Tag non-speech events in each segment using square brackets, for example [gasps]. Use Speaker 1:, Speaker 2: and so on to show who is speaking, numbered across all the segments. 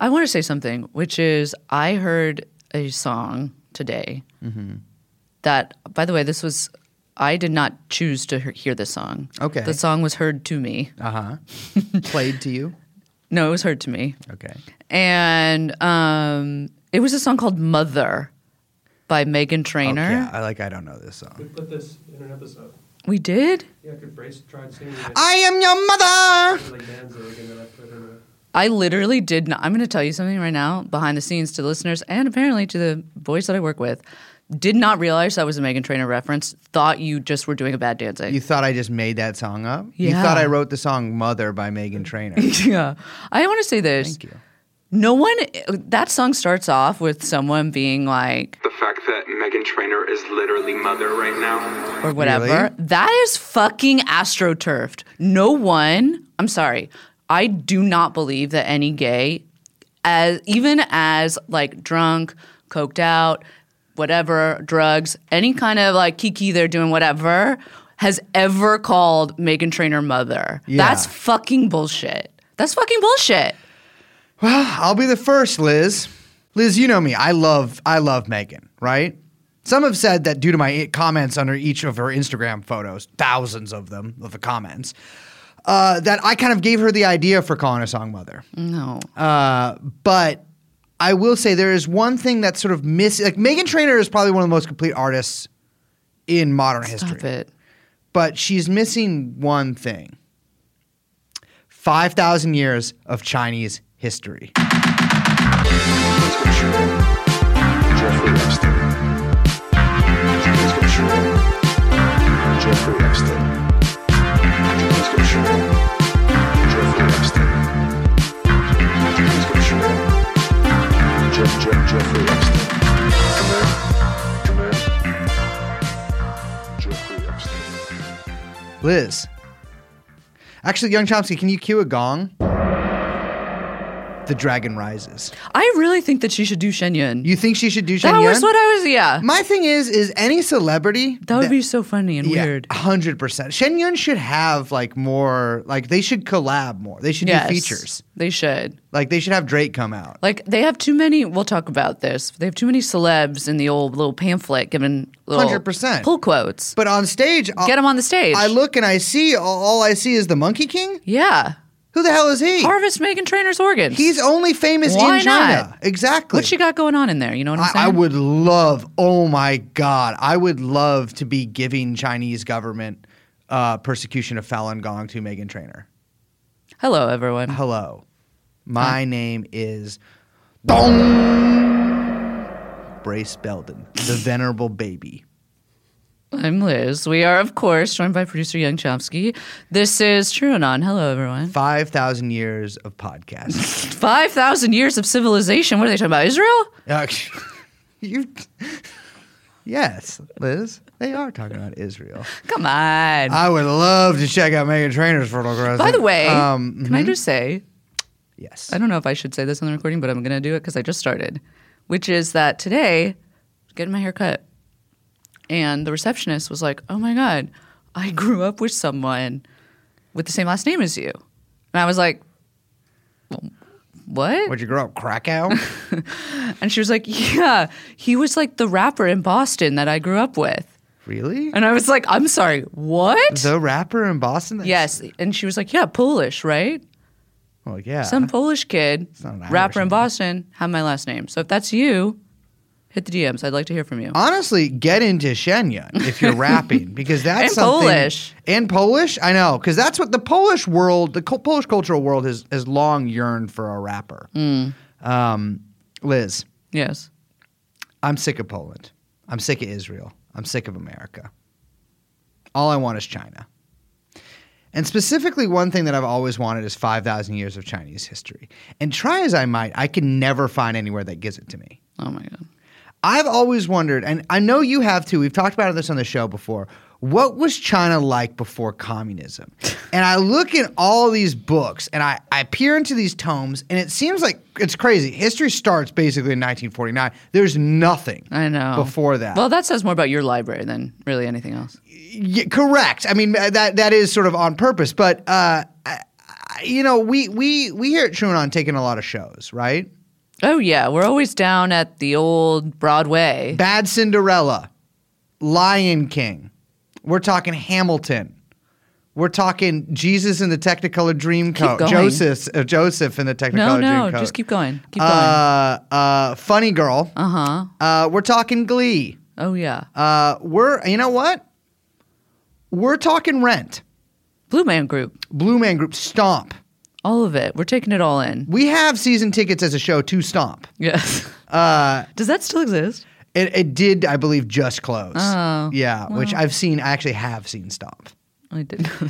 Speaker 1: I want to say something, which is I heard a song today that, by the way, this was, I did not choose to he- hear this song.
Speaker 2: Okay.
Speaker 1: The song was heard to me.
Speaker 2: Uh huh. [laughs] Played to you.
Speaker 1: No, it was heard to me.
Speaker 2: Okay.
Speaker 1: And um, it was a song called Mother by Megan Trainor.
Speaker 2: Okay, I like. I don't know this
Speaker 3: We
Speaker 2: song.
Speaker 3: put this in an episode.
Speaker 1: We did?
Speaker 3: Yeah, could Brace tried singing it [laughs]
Speaker 2: I am your mother.
Speaker 3: like Danzig, and then I put in a.
Speaker 1: I literally did not. I'm going to tell you something right now, behind the scenes to listeners and apparently to the boys that I work with. Did not realize that was a Megan Trainor reference. Thought you just were doing a bad dancing.
Speaker 2: You thought I just made that song up? You
Speaker 1: Yeah.
Speaker 2: thought I wrote the song "Mother" by Megan Trainor?
Speaker 1: yeah. I want to say this.
Speaker 2: Thank you.
Speaker 1: No one. That song starts off with someone being like,
Speaker 4: The fact that Megan Trainor is literally mother right now.
Speaker 1: or whatever.
Speaker 2: Really?
Speaker 1: That is fucking astroturfed. No one. I'm sorry. I do not believe that any gay, as even as like drunk, coked out, whatever, drugs, any kind of like kiki, they're doing whatever, has ever called Megan Trainor mother.
Speaker 2: Yeah.
Speaker 1: That's fucking bullshit. That's fucking bullshit.
Speaker 2: I'll be the first, Liz. Liz, you know me. I love I love Megan, right? Some have said that due to my comments under each of her Instagram photos, thousands of them of the comments, uh, that I kind of gave her the idea for calling a song "Mother."
Speaker 1: No.
Speaker 2: but I will say there is one thing that's sort of missing. Like Megan Trainor is probably one of the most complete artists in modern
Speaker 1: Stop
Speaker 2: history,
Speaker 1: it.
Speaker 2: but she's missing one thing: five thousand years of Chinese history.
Speaker 5: Jeffrey Epstein. Jeffrey Epstein. Jeffrey Epstein. Jeff, Jeff, Jeffrey Epstein. Come here. Come here. Jeffrey Epstein.
Speaker 2: Liz. Actually, Young Chomsky, can you cue a gong? The Dragon Rises.
Speaker 1: I really think that she should do Shenyun.
Speaker 2: You think she should do
Speaker 1: that
Speaker 2: Shen
Speaker 1: was
Speaker 2: Yun?
Speaker 1: what I was. Yeah.
Speaker 2: My thing is, is any celebrity
Speaker 1: that would be so funny and
Speaker 2: yeah,
Speaker 1: weird.
Speaker 2: Hundred percent. Shen Yun should have like more. Like they should collab more. They should
Speaker 1: Yes,
Speaker 2: do features.
Speaker 1: They should.
Speaker 2: Like they should have Drake come out.
Speaker 1: Like they have too many. We'll talk about this. They have too many celebs in the old little pamphlet given little
Speaker 2: 100%.
Speaker 1: pull quotes.
Speaker 2: But on stage,
Speaker 1: Get them on the stage.
Speaker 2: I look and I see all, all I see is the Monkey King.
Speaker 1: yeah.
Speaker 2: Who the hell is he?
Speaker 1: Harvest Megan Trainor's organs.
Speaker 2: He's only famous
Speaker 1: Why
Speaker 2: in China.
Speaker 1: not?
Speaker 2: Exactly.
Speaker 1: what she got going on in there? You know what I'm
Speaker 2: I,
Speaker 1: saying?
Speaker 2: I would love, oh my God, I would love to be giving Chinese government uh, persecution of Falun Gong to Megan Trainor.
Speaker 1: Hello, everyone.
Speaker 2: Hello, my name is Dong Brace Belden, the venerable baby.
Speaker 1: I'm Liz. We are, of course, joined by producer Young Chomsky. This is True Anon. Hello, everyone.
Speaker 2: Five thousand years
Speaker 1: [laughs]
Speaker 2: of podcasts.
Speaker 1: Five thousand years of civilization. What are they talking about? Israel?
Speaker 2: Uh, [laughs] you, yes, Liz, they are talking about Israel.
Speaker 1: Come on.
Speaker 2: I would love to check out Megan Trainor's Fertile Crescent.
Speaker 1: By the way,
Speaker 2: um,
Speaker 1: can I just say
Speaker 2: yes,
Speaker 1: I don't know if I should say this on the recording, but I'm going to do it because I just started, which is that today, I was getting my hair cut. And the receptionist was like, oh my God, I grew up with someone with the same last name as you. And I was like, "Well, what?
Speaker 2: Would you grow
Speaker 1: [laughs]
Speaker 2: up Krakow?
Speaker 1: And she was like, yeah, he was like the rapper in Boston that I grew up with.
Speaker 2: really?
Speaker 1: And I was like, I'm sorry, what?
Speaker 2: The rapper in Boston? That's-
Speaker 1: yes. And she was like, yeah, Polish, right?
Speaker 2: Well, yeah.
Speaker 1: Some Polish kid,
Speaker 2: not an Irish
Speaker 1: rapper
Speaker 2: name.
Speaker 1: in Boston, have my last name. So if that's you, hit the DMs. I'd like to hear from you.
Speaker 2: Honestly, get into Shenyun if
Speaker 1: [laughs]
Speaker 2: you're rapping because that's
Speaker 1: And
Speaker 2: something-
Speaker 1: Polish.
Speaker 2: and Polish. I know because that's what the Polish world, the co- Polish cultural world, has has long yearned for a rapper.
Speaker 1: Mm.
Speaker 2: Um, Liz,
Speaker 1: Yes.
Speaker 2: I'm sick of Poland. I'm sick of Israel. I'm sick of America. All I want is China. And specifically, one thing that I've always wanted is 5,000 years of Chinese history. And try as I might, I can never find anywhere that gives it to me.
Speaker 1: Oh my god.
Speaker 2: I've always wondered, and I know you have too. We've talked about this on the show before. What was China like
Speaker 1: [laughs]
Speaker 2: before communism? and I look in all these books and I, I peer into these tomes, and it seems like it's crazy. History starts basically in 1949. There's nothing
Speaker 1: I know.
Speaker 2: before that.
Speaker 1: Well, that says more about your library than really anything else.
Speaker 2: Y- correct. I mean, that, that is sort of on purpose, but uh, I, you know, we we we here at Truman on taking a lot of shows, right?
Speaker 1: Oh yeah, we're always down at the old Broadway.
Speaker 2: Bad Cinderella, Lion King. We're talking Hamilton. We're talking Jesus in the Technicolor Dreamcoat.
Speaker 1: going.
Speaker 2: Joseph, uh, Joseph in the
Speaker 1: No,
Speaker 2: Technicolor
Speaker 1: no,
Speaker 2: Dreamcoat.
Speaker 1: just keep going. Keep going.
Speaker 2: Uh, uh, Funny Girl.
Speaker 1: Uh huh.
Speaker 2: Uh, we're talking Glee.
Speaker 1: Oh yeah.
Speaker 2: Uh, we're you know what? We're talking Rent,
Speaker 1: Blue Man Group.
Speaker 2: Blue Man Group, Stomp.
Speaker 1: All of it. We're taking it all in.
Speaker 2: We have season tickets as a show to Stomp.
Speaker 1: Yes.
Speaker 2: Uh,
Speaker 1: [laughs] Does that still exist?
Speaker 2: it, it did, I believe, just close.
Speaker 1: Oh,
Speaker 2: yeah, which I've seen. I actually have seen Stomp.
Speaker 1: I didn't. know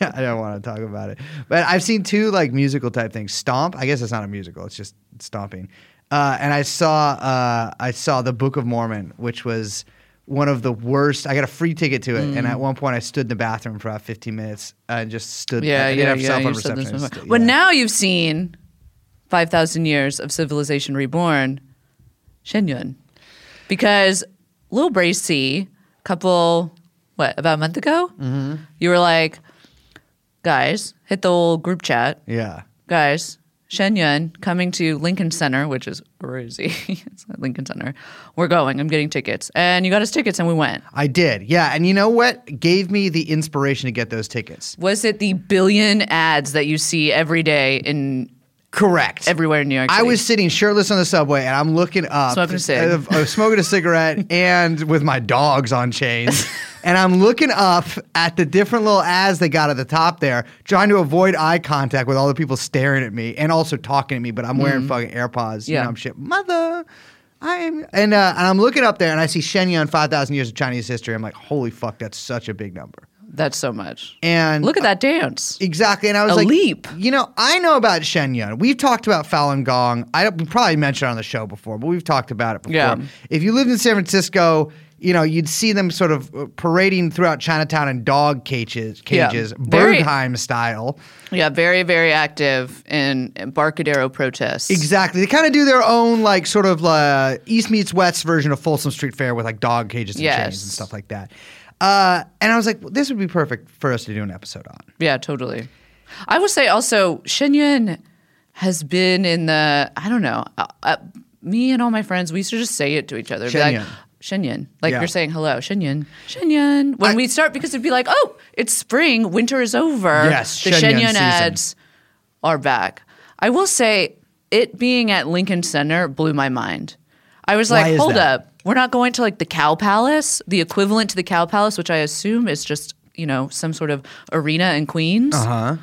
Speaker 1: that.
Speaker 2: [laughs] I don't want to talk about it, but I've seen two like musical type things. Stomp. I guess it's not a musical. It's just stomping. Uh, and I saw uh, I saw the Book of Mormon, which was one of the worst. I got a free ticket to it,
Speaker 1: Mm.
Speaker 2: and at one point I stood in the bathroom for about 15 minutes and just stood.
Speaker 1: yeah,
Speaker 2: I didn't
Speaker 1: yeah,
Speaker 2: have
Speaker 1: yeah.
Speaker 2: cell phone
Speaker 1: You've said this
Speaker 2: reception. I
Speaker 1: before.
Speaker 2: just-
Speaker 1: But
Speaker 2: yeah.
Speaker 1: now you've seen five thousand years of civilization reborn, Shenyun, because Lil Bracy, couple, what about a month ago? Mm-hmm. You were like, guys, hit the old group chat.
Speaker 2: yeah.
Speaker 1: guys, Shen Yun coming to Lincoln Center, which is crazy. [laughs] it's at Lincoln Center. We're going. I'm getting tickets. And you got us tickets and we went.
Speaker 2: I did. Yeah. And you know what gave me the inspiration to get those tickets?
Speaker 1: Was it the billion ads that you see every day in
Speaker 2: Correct.
Speaker 1: everywhere in New York City?
Speaker 2: I was sitting shirtless on the subway and I'm looking up.
Speaker 1: Smoking a cig.
Speaker 2: Uh, I was smoking
Speaker 1: [laughs]
Speaker 2: a cigarette and with my dogs on chains. and I'm looking up at the different little ads they got at the top there, trying to avoid eye contact with all the people staring at me and also talking to me, but I'm wearing fucking AirPods. You
Speaker 1: Mm-hmm. Yeah.
Speaker 2: know, I'm shit. Mother. I am, and uh, and I'm looking up there, and I see Shenyang, five thousand years of Chinese history. I'm like, holy fuck, that's such a big number.
Speaker 1: That's so much.
Speaker 2: And
Speaker 1: Look at that dance.
Speaker 2: Exactly. And I was
Speaker 1: A
Speaker 2: like,
Speaker 1: leap.
Speaker 2: You know, I know about Shenyun. We've talked about Falun Gong. I we probably mentioned it on the show before, but we've talked about it before.
Speaker 1: Yeah.
Speaker 2: If you lived in San Francisco, you know, you'd see them sort of uh, parading throughout Chinatown in dog cages,
Speaker 1: Yeah.
Speaker 2: cages
Speaker 1: Very-
Speaker 2: Bergheim style.
Speaker 1: Yeah, very, very active in Embarcadero protests.
Speaker 2: Exactly. They kind of do their own, like, sort of uh, East meets West version of Folsom Street Fair with, like, dog cages and chains
Speaker 1: Yes.
Speaker 2: and stuff like that. Uh, and I was like, well, this would be perfect for us to do an episode on.
Speaker 1: Yeah, totally. I would say also Shenyun has been in the I don't know. Uh, uh, me and all my friends, we used to just say it to each other. It'd be
Speaker 2: Shenyun.
Speaker 1: Like, Shenyun, like
Speaker 2: Yeah.
Speaker 1: you're saying hello, Shenyun, Shenyun. When
Speaker 2: I-
Speaker 1: we start, because it'd be like, oh, it's spring, winter is over.
Speaker 2: Yes,
Speaker 1: the
Speaker 2: Shenyun
Speaker 1: Shenyun,
Speaker 2: season.
Speaker 1: ads are back. I will say, it being at Lincoln Center blew my mind. I was
Speaker 2: Why
Speaker 1: like,
Speaker 2: is
Speaker 1: hold
Speaker 2: that?
Speaker 1: up, we're not going to like the Cow Palace, the equivalent to the Cow Palace, which I assume is just you know some sort of arena in Queens. Uh
Speaker 2: Uh-huh.
Speaker 1: huh.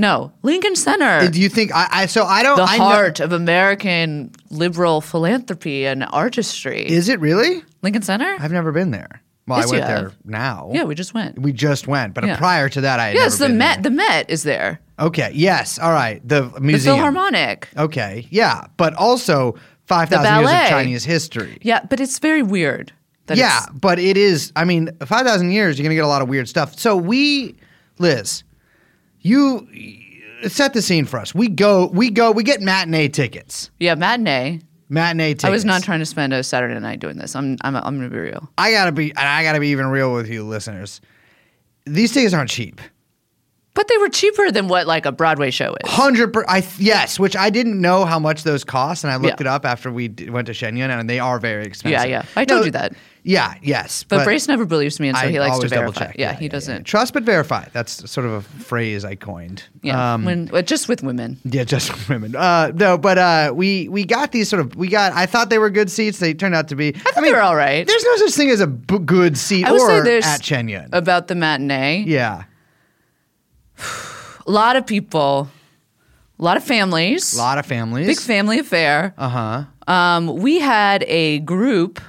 Speaker 1: No, Lincoln Center,
Speaker 2: Do you think I, I so I don't
Speaker 1: Er, the
Speaker 2: I know-
Speaker 1: heart of American liberal philanthropy and artistry.
Speaker 2: Is it really?
Speaker 1: Lincoln Center?
Speaker 2: I've never been there. Well,
Speaker 1: Yes,
Speaker 2: I
Speaker 1: you
Speaker 2: went
Speaker 1: have.
Speaker 2: there now.
Speaker 1: yeah, we just went.
Speaker 2: we just went, but
Speaker 1: Yeah.
Speaker 2: prior to that, I had
Speaker 1: Yes,
Speaker 2: never
Speaker 1: the
Speaker 2: been
Speaker 1: Met.
Speaker 2: there.
Speaker 1: The Met is there.
Speaker 2: Okay, yes, all right. The
Speaker 1: The
Speaker 2: museum.
Speaker 1: Philharmonic.
Speaker 2: Okay, yeah, but also five thousand years of
Speaker 1: ballet.
Speaker 2: Chinese history.
Speaker 1: Yeah, but it's very weird. That
Speaker 2: yeah,
Speaker 1: it's-
Speaker 2: but it is. I mean, five thousand years, you're gonna get a lot of weird stuff. So we, Liz, you set the scene for us. We go, we go, we get matinee tickets.
Speaker 1: yeah, matinee.
Speaker 2: Matinee tickets.
Speaker 1: I was not trying to spend a Saturday night doing this. I'm I'm I'm gonna be real.
Speaker 2: I gotta be, and I gotta be even real with you, listeners. These tickets aren't cheap.
Speaker 1: But they were cheaper than what like a Broadway show is.
Speaker 2: [gasps] Hundred per I yes, which I didn't know how much those cost, and I looked
Speaker 1: Yeah.
Speaker 2: it up after we d- went to Shenyun, and they are very expensive.
Speaker 1: Yeah, yeah. I told you that.
Speaker 2: Yeah, yes,
Speaker 1: But, Brace never believes me, and so he likes to
Speaker 2: always
Speaker 1: verify.
Speaker 2: double-check.
Speaker 1: Yeah, he doesn't.
Speaker 2: trust but verify. That's sort of a phrase I coined.
Speaker 1: Yeah,
Speaker 2: Um,
Speaker 1: when but just with women.
Speaker 2: yeah, just [laughs] women. Uh, no, but uh, we we got these sort of we got. I thought they were good seats. They turned out to be. I
Speaker 1: thought they were all right.
Speaker 2: There's no such thing as a b- good seat
Speaker 1: I would
Speaker 2: or
Speaker 1: say there's
Speaker 2: at Shenyun.
Speaker 1: about the matinee.
Speaker 2: yeah,
Speaker 1: A lot of people, a lot of families,
Speaker 2: a lot of families.
Speaker 1: big family affair.
Speaker 2: Uh huh.
Speaker 1: Um, we had a group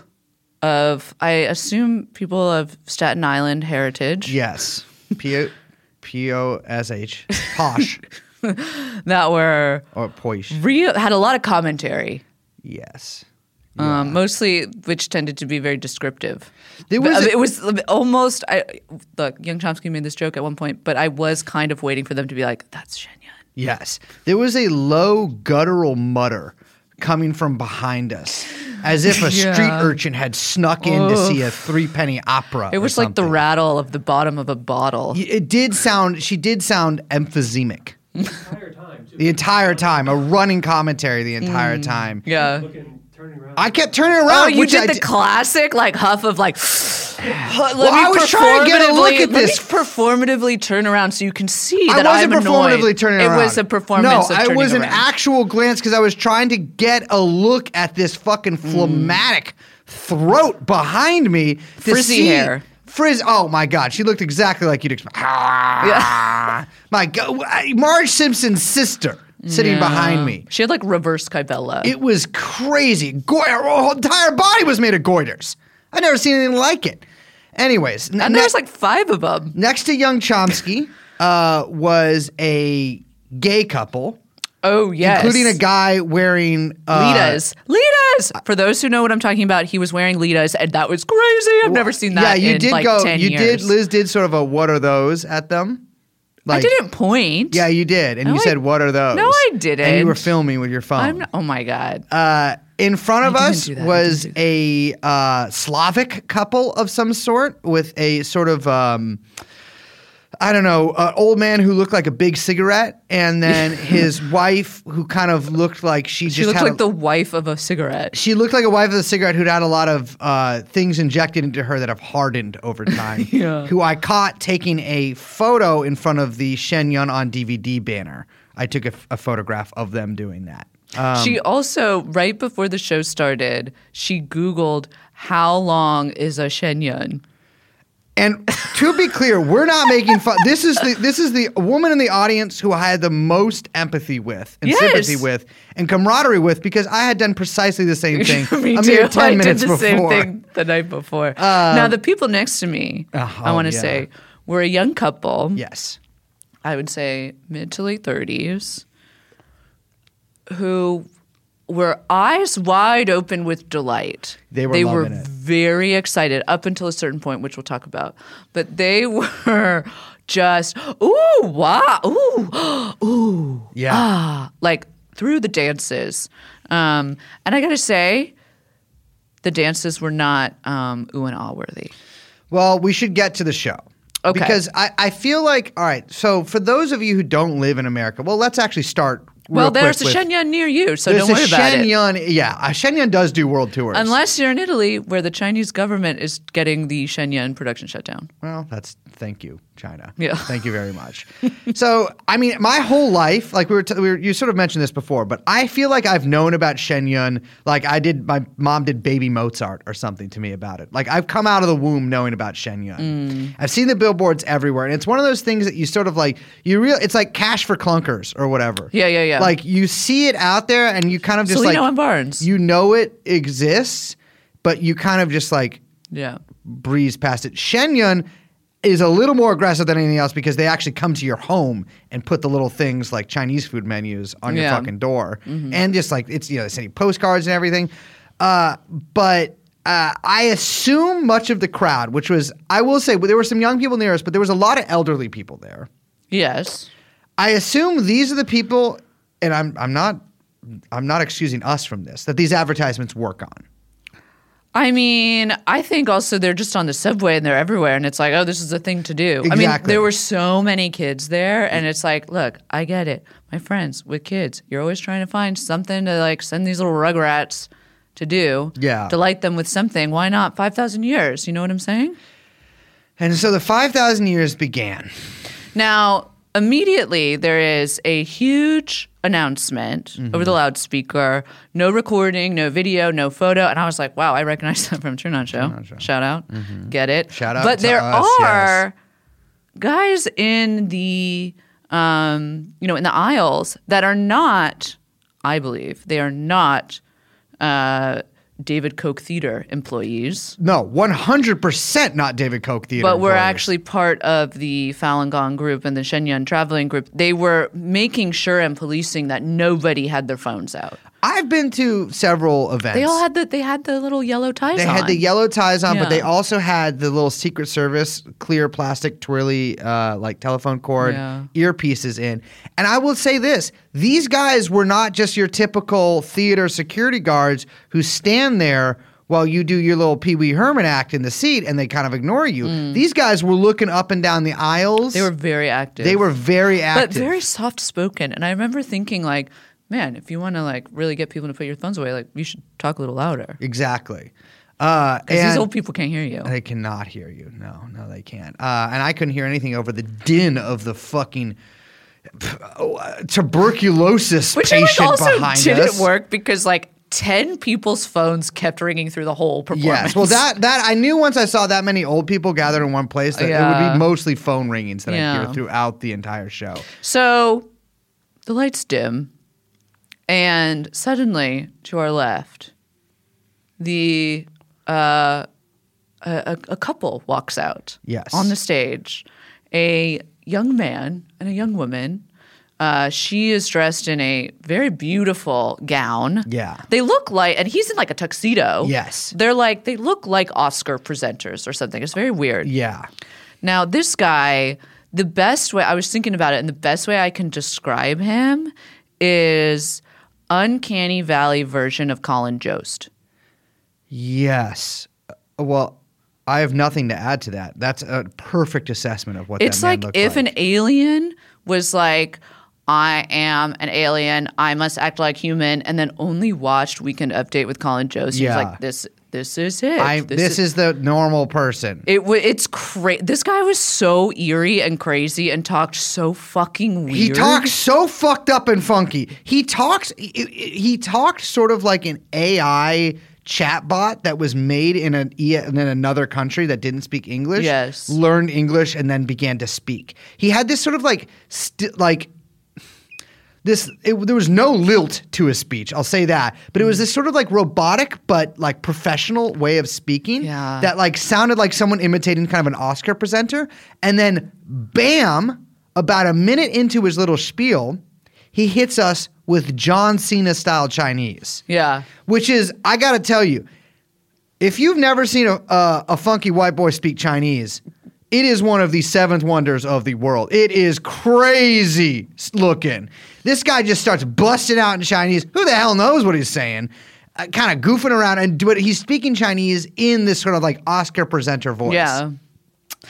Speaker 1: of, I assume, people of Staten Island heritage.
Speaker 2: Yes. P O P O S H.
Speaker 1: [laughs]
Speaker 2: Posh.
Speaker 1: that were
Speaker 2: or Uh, poish.
Speaker 1: real had a lot of commentary.
Speaker 2: Yes.
Speaker 1: Um, mostly, which tended to be very descriptive.
Speaker 2: There
Speaker 1: But,
Speaker 2: was
Speaker 1: uh,
Speaker 2: a-
Speaker 1: it was almost. I look, Young Chomsky made this joke at one point, but I was kind of waiting for them to be like, "That's Shenyun."
Speaker 2: Yes. There was a low guttural mutter coming from behind us as if a street
Speaker 1: [laughs] Yeah.
Speaker 2: urchin had snuck in to see a three penny opera.
Speaker 1: It
Speaker 2: or
Speaker 1: was like the
Speaker 2: something.
Speaker 1: rattle of the bottom of a bottle.
Speaker 2: Y- It did sound. She did sound emphysemic
Speaker 3: entire time too.
Speaker 2: the entire time. A running commentary the entire time.
Speaker 1: Mm. Yeah.
Speaker 3: Looking, turning around.
Speaker 2: I kept turning around.
Speaker 1: Oh, you
Speaker 2: Ah, which
Speaker 1: did
Speaker 2: I
Speaker 1: the
Speaker 2: di-
Speaker 1: classic like huff of like. Let
Speaker 2: Well,
Speaker 1: me
Speaker 2: I was trying to get a look
Speaker 1: performatively-
Speaker 2: at
Speaker 1: Let
Speaker 2: this.
Speaker 1: me performatively turn around so you can see
Speaker 2: I
Speaker 1: that
Speaker 2: wasn't
Speaker 1: am
Speaker 2: performatively
Speaker 1: annoyed.
Speaker 2: turning
Speaker 1: it
Speaker 2: around.
Speaker 1: was a performance.
Speaker 2: No,
Speaker 1: of
Speaker 2: it
Speaker 1: turning
Speaker 2: was an
Speaker 1: around.
Speaker 2: actual glance because I was trying to get a look at this fucking
Speaker 1: Mm.
Speaker 2: phlegmatic throat behind me. To
Speaker 1: Frizzy
Speaker 2: see-
Speaker 1: hair.
Speaker 2: Frizz. Oh my god, she looked exactly like you'd expect. Ah, my god, Marge Simpson's sister sitting
Speaker 1: Yeah.
Speaker 2: behind me.
Speaker 1: [laughs] She had like reverse Kybella.
Speaker 2: It was crazy. Goiter, her whole entire body was made of goiters. I never seen anything like it. Anyways,
Speaker 1: and there's like five of them.
Speaker 2: next to Young Chomsky uh, was a gay couple,
Speaker 1: Oh yes,
Speaker 2: including a guy wearing uh,
Speaker 1: Litas. Litas. For those who know what I'm talking about, he was wearing Litas, and that was crazy. I've never seen that.
Speaker 2: Yeah, you
Speaker 1: in,
Speaker 2: did
Speaker 1: like,
Speaker 2: go.
Speaker 1: 10
Speaker 2: you
Speaker 1: years.
Speaker 2: did. Liz did sort of a "What are those?" at them.
Speaker 1: I didn't point.
Speaker 2: Yeah, you did, and
Speaker 1: No,
Speaker 2: you
Speaker 1: I-
Speaker 2: said, "What are those?"
Speaker 1: No, I
Speaker 2: And you
Speaker 1: didn't.
Speaker 2: were filming with your phone.
Speaker 1: I'm. Not, oh my god.
Speaker 2: uh, in front of
Speaker 1: didn't
Speaker 2: us
Speaker 1: do that. I
Speaker 2: was
Speaker 1: didn't
Speaker 2: a uh, Slavic couple of some sort with a sort of. Um, I don't know, an old man who looked like a big cigarette,
Speaker 1: [laughs]
Speaker 2: and then his wife who kind of looked like she just
Speaker 1: she looked
Speaker 2: had
Speaker 1: like
Speaker 2: a,
Speaker 1: the wife of a cigarette.
Speaker 2: she looked like a wife of a cigarette who'd had a lot of uh, things injected into her that have hardened
Speaker 1: [laughs]
Speaker 2: over time.
Speaker 1: Yeah.
Speaker 2: Who I caught taking a photo in front of the Shen Yun on DVD banner. I took a, a photograph of them doing that. Uh,
Speaker 1: she also, right before the show started, she Googled how long is a
Speaker 2: [laughs]
Speaker 1: shenyun.
Speaker 2: and to be clear, we're not making fun. This is the this is the woman in the audience who I had the most empathy with and
Speaker 1: Yes.
Speaker 2: sympathy with and camaraderie with because I had done precisely the
Speaker 1: [laughs]
Speaker 2: same thing
Speaker 1: me
Speaker 2: a
Speaker 1: too.
Speaker 2: mere ten
Speaker 1: I
Speaker 2: minutes
Speaker 1: did the same
Speaker 2: before.
Speaker 1: thing the night before. now the people next to me,
Speaker 2: Uh,
Speaker 1: I
Speaker 2: oh,
Speaker 1: want to
Speaker 2: yeah.
Speaker 1: say, were a young couple.
Speaker 2: Yes.
Speaker 1: I would say mid to late thirties, who were eyes wide open with delight.
Speaker 2: They were
Speaker 1: they were
Speaker 2: loving it.
Speaker 1: very excited up until a certain point, which we'll talk about. But they [laughs] were just ooh wow ooh [gasps] ooh
Speaker 2: Yeah.
Speaker 1: ah, like through the dances. Um, and I gotta say, the dances were not um, ooh and ah worthy.
Speaker 2: Well, we should get to the show.
Speaker 1: Okay.
Speaker 2: Because I, I feel like, all right, so for those of you who don't live in America, well, let's actually start. Real
Speaker 1: Well, there's a
Speaker 2: quick with-
Speaker 1: Shenyun near you, so
Speaker 2: There's
Speaker 1: don't worry
Speaker 2: a
Speaker 1: about it.
Speaker 2: Shenyun, yeah, uh, Shenyun does do world tours.
Speaker 1: Unless you're in Italy, where the Chinese government is getting the Shenyun production shut down.
Speaker 2: well, that's thank you, China.
Speaker 1: Yeah.
Speaker 2: [laughs] thank you
Speaker 1: [laughs]
Speaker 2: very much. so, I mean, my whole life, like we were, t- we were, you sort of mentioned this before, but I feel like I've known about Shenyun. Like I did, my mom did Baby Mozart or something to me about it. Like I've come out of the womb knowing about Shenyun.
Speaker 1: Mm.
Speaker 2: I've seen the billboards everywhere, and it's one of those things that you sort of like. You real, it's like cash for clunkers or whatever.
Speaker 1: Yeah, yeah, yeah.
Speaker 2: Like you see it out there, and you kind of just
Speaker 1: Celino
Speaker 2: like
Speaker 1: and Barnes.
Speaker 2: You know it exists, but you kind of just like
Speaker 1: Yeah.
Speaker 2: breeze past it. Shenyun is a little more aggressive than anything else because they actually come to your home and put the little things like Chinese food menus on your
Speaker 1: Yeah.
Speaker 2: fucking door and just like it's you know they send you postcards and everything. Uh, but uh, I assume much of the crowd, which was I will say, well, there were some young people near us, but there was a lot of elderly people there.
Speaker 1: Yes.
Speaker 2: I assume these are the people, and I'm I'm not I'm not excusing us from this that these advertisements work on.
Speaker 1: I mean, I think also they're just on the subway and they're everywhere, and it's like, oh, this is a thing to do. I mean,
Speaker 2: Exactly.
Speaker 1: there were so many kids there, and it's like, look, I get it. My friends with kids, you're always trying to find something to like send these little rugrats to do.
Speaker 2: Yeah.
Speaker 1: Delight them with something. Why not 5,000 years? You know what I'm saying?
Speaker 2: And so the five thousand years began.
Speaker 1: Now, immediately there is a huge announcement
Speaker 2: Mm-hmm.
Speaker 1: over the loudspeaker. No recording, no video, no photo. And I was like, wow, I recognize [laughs] that from Turn On Show. Shout out. Get it.
Speaker 2: Mm-hmm. Shout out
Speaker 1: But
Speaker 2: to
Speaker 1: there
Speaker 2: us,
Speaker 1: are guys in the um, you know, in the aisles that are not, I believe, they are not uh, David Koch theater employees.
Speaker 2: No, one hundred percent not David Koch theater.
Speaker 1: But we're
Speaker 2: employees.
Speaker 1: actually part of the Falun Gong group and the Shenyun traveling group. They were making sure and policing that nobody had their phones out.
Speaker 2: I've been to several events.
Speaker 1: They all had the they had the little yellow ties.
Speaker 2: They had
Speaker 1: on.
Speaker 2: the yellow ties on,
Speaker 1: Yeah.
Speaker 2: but they also had the little Secret Service clear plastic twirly uh, like telephone cord
Speaker 1: Yeah.
Speaker 2: earpieces in. And I will say this: these guys were not just your typical theater security guards who stand there while you do your little Pee Wee Herman act in the seat and they kind of ignore you. These guys were looking up and down the aisles.
Speaker 1: Mm. They were very active.
Speaker 2: they were very
Speaker 1: but
Speaker 2: active.
Speaker 1: very soft spoken. And I remember thinking like, man, if you want to like really get people to put your phones away, like you should talk a little louder
Speaker 2: exactly. Uh,
Speaker 1: because these
Speaker 2: and-
Speaker 1: old people can't hear you.
Speaker 2: They cannot hear you. No, no, they can't. Uh, and I couldn't hear anything over the din of the fucking pff, oh, uh, tuberculosis
Speaker 1: Which I
Speaker 2: patient
Speaker 1: like also
Speaker 2: behind
Speaker 1: didn't
Speaker 2: us.
Speaker 1: work because like ten people's phones kept ringing through the whole performance.
Speaker 2: Yes. Well, that that I knew once I saw that many old people gathered in one place that it would
Speaker 1: Yeah.
Speaker 2: be mostly phone ringings that I
Speaker 1: Yeah.
Speaker 2: hear throughout the entire show.
Speaker 1: So the lights dim, and suddenly to our left, the uh, a, a a couple walks out.
Speaker 2: Yes.
Speaker 1: on the stage, a young man and a young woman. Uh, she is dressed in a very beautiful gown.
Speaker 2: Yeah.
Speaker 1: They look like, and he's in like a tuxedo.
Speaker 2: Yes.
Speaker 1: They're like, they look like Oscar presenters or something. It's very weird.
Speaker 2: Yeah.
Speaker 1: Now, this guy, the best way I was thinking about it, and the best way I can describe him is uncanny valley version of Colin Jost.
Speaker 2: Yes. Uh, Well, I have nothing to add to that. That's a perfect assessment of what
Speaker 1: It's
Speaker 2: that man
Speaker 1: like
Speaker 2: looked
Speaker 1: if
Speaker 2: like.
Speaker 1: an alien was like, I am an alien, I must act like human, and then only watched Weekend Update with Colin Jost. He was
Speaker 2: Yeah.
Speaker 1: like, this, this is it.
Speaker 2: I, this is the normal person.
Speaker 1: It wa it's crazy. This guy was so eerie and crazy and talked so fucking weird.
Speaker 2: He talks so fucked up and funky. He talks. He, he talked sort of like an AI chatbot that was made in an E- in another country that didn't speak English.
Speaker 1: Yes.
Speaker 2: learned English and then began to speak. He had this sort of like st- like. This it, there was no lilt to his speech. I'll say that, but it was this sort of like robotic but like professional way of speaking
Speaker 1: Yeah.
Speaker 2: that like sounded like someone imitating kind of an Oscar presenter. And then, bam, about a minute into his little spiel, he hits us with John Cena style Chinese,
Speaker 1: Yeah.
Speaker 2: which is, I gotta tell you, if you've never seen a, a, a funky white boy speak Chinese, it is one of the seventh wonders of the world. It is crazy s- looking. This guy just starts busting out in Chinese. Who the hell knows what he's saying? Uh, kind of goofing around, and but he's speaking Chinese in this sort of like Oscar presenter voice.
Speaker 1: Yeah.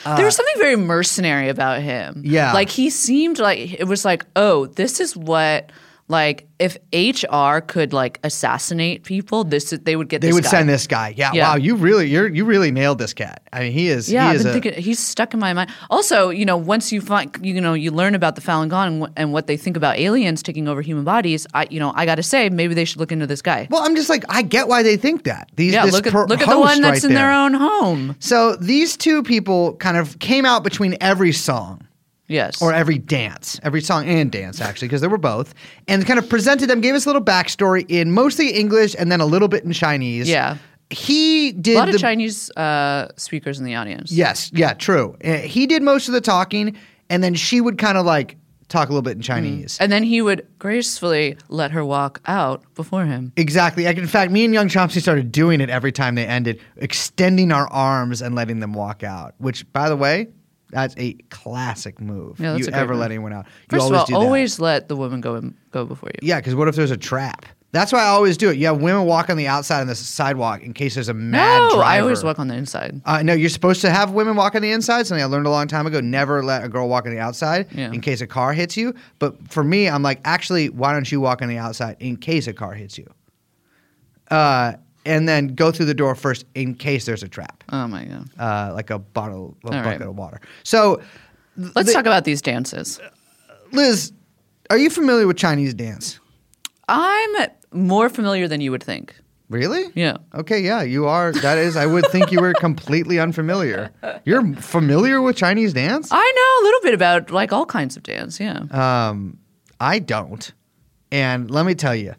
Speaker 1: there was something very mercenary about him.
Speaker 2: Uh, Yeah.
Speaker 1: Like he seemed like it was like, oh, this is what like if HR could like assassinate people, this is, they would get
Speaker 2: they
Speaker 1: this
Speaker 2: would
Speaker 1: guy.
Speaker 2: send this guy. Yeah,
Speaker 1: Yeah.
Speaker 2: wow, you really you're you really nailed this cat. I mean, he is
Speaker 1: Yeah,
Speaker 2: he is
Speaker 1: I've been
Speaker 2: a-
Speaker 1: thinking, he's stuck in my mind. Also, you know, once you find, you know, you learn about the Falun Gong and, wh- and what they think about aliens taking over human bodies. I, you know, I got to say, maybe they should look into this guy.
Speaker 2: Well, I'm just like I get why they think that. These
Speaker 1: yeah,
Speaker 2: this
Speaker 1: look at
Speaker 2: pro-
Speaker 1: look at the one
Speaker 2: host
Speaker 1: that's
Speaker 2: right
Speaker 1: in their
Speaker 2: there.
Speaker 1: own home.
Speaker 2: So these two people kind of came out between every song
Speaker 1: Yes.
Speaker 2: or every dance, every song and dance actually, because they were both, and kind of presented them, gave us a little backstory in mostly English and then a little bit in Chinese.
Speaker 1: Yeah.
Speaker 2: he did
Speaker 1: a lot
Speaker 2: the,
Speaker 1: of Chinese uh, speakers in the audience.
Speaker 2: Yes, yeah, true. Uh, He did most of the talking, and then she would kind of like talk a little bit in Chinese.
Speaker 1: And then he would gracefully let her walk out before him.
Speaker 2: Exactly. Like, In fact, me and Young Chomsky started doing it every time they ended, extending our arms and letting them walk out. Which, by the way, that's a classic move.
Speaker 1: Yeah, that's
Speaker 2: you
Speaker 1: a great
Speaker 2: ever
Speaker 1: move.
Speaker 2: let anyone out? You
Speaker 1: First of all,
Speaker 2: do that.
Speaker 1: always let the woman go in, go before you.
Speaker 2: Yeah, because what if there's a trap? That's why I always do it. You have women walk on the outside on the sidewalk in case there's a mad
Speaker 1: no,
Speaker 2: driver.
Speaker 1: I always walk on the inside.
Speaker 2: Uh, no, you're supposed to have women walk on the inside. Something I learned a long time ago. Never let a girl walk on the outside
Speaker 1: Yeah.
Speaker 2: in case a car hits you. But for me, I'm like, actually, why don't you walk on the outside in case a car hits you? Uh, and then go through the door first in case there's a trap,
Speaker 1: Oh my god.
Speaker 2: uh, like a bottle, a
Speaker 1: right.
Speaker 2: bucket of water. So,
Speaker 1: Let's talk about these dances.
Speaker 2: Liz, are you familiar with Chinese dance?
Speaker 1: I'm more familiar than you would think.
Speaker 2: Really?
Speaker 1: Yeah.
Speaker 2: Okay, yeah, you are. That is, I would
Speaker 1: [laughs]
Speaker 2: think you were completely unfamiliar. You're familiar with Chinese dance?
Speaker 1: I know a little bit about like all kinds of dance. Yeah.
Speaker 2: Um, I don't. And let me tell you,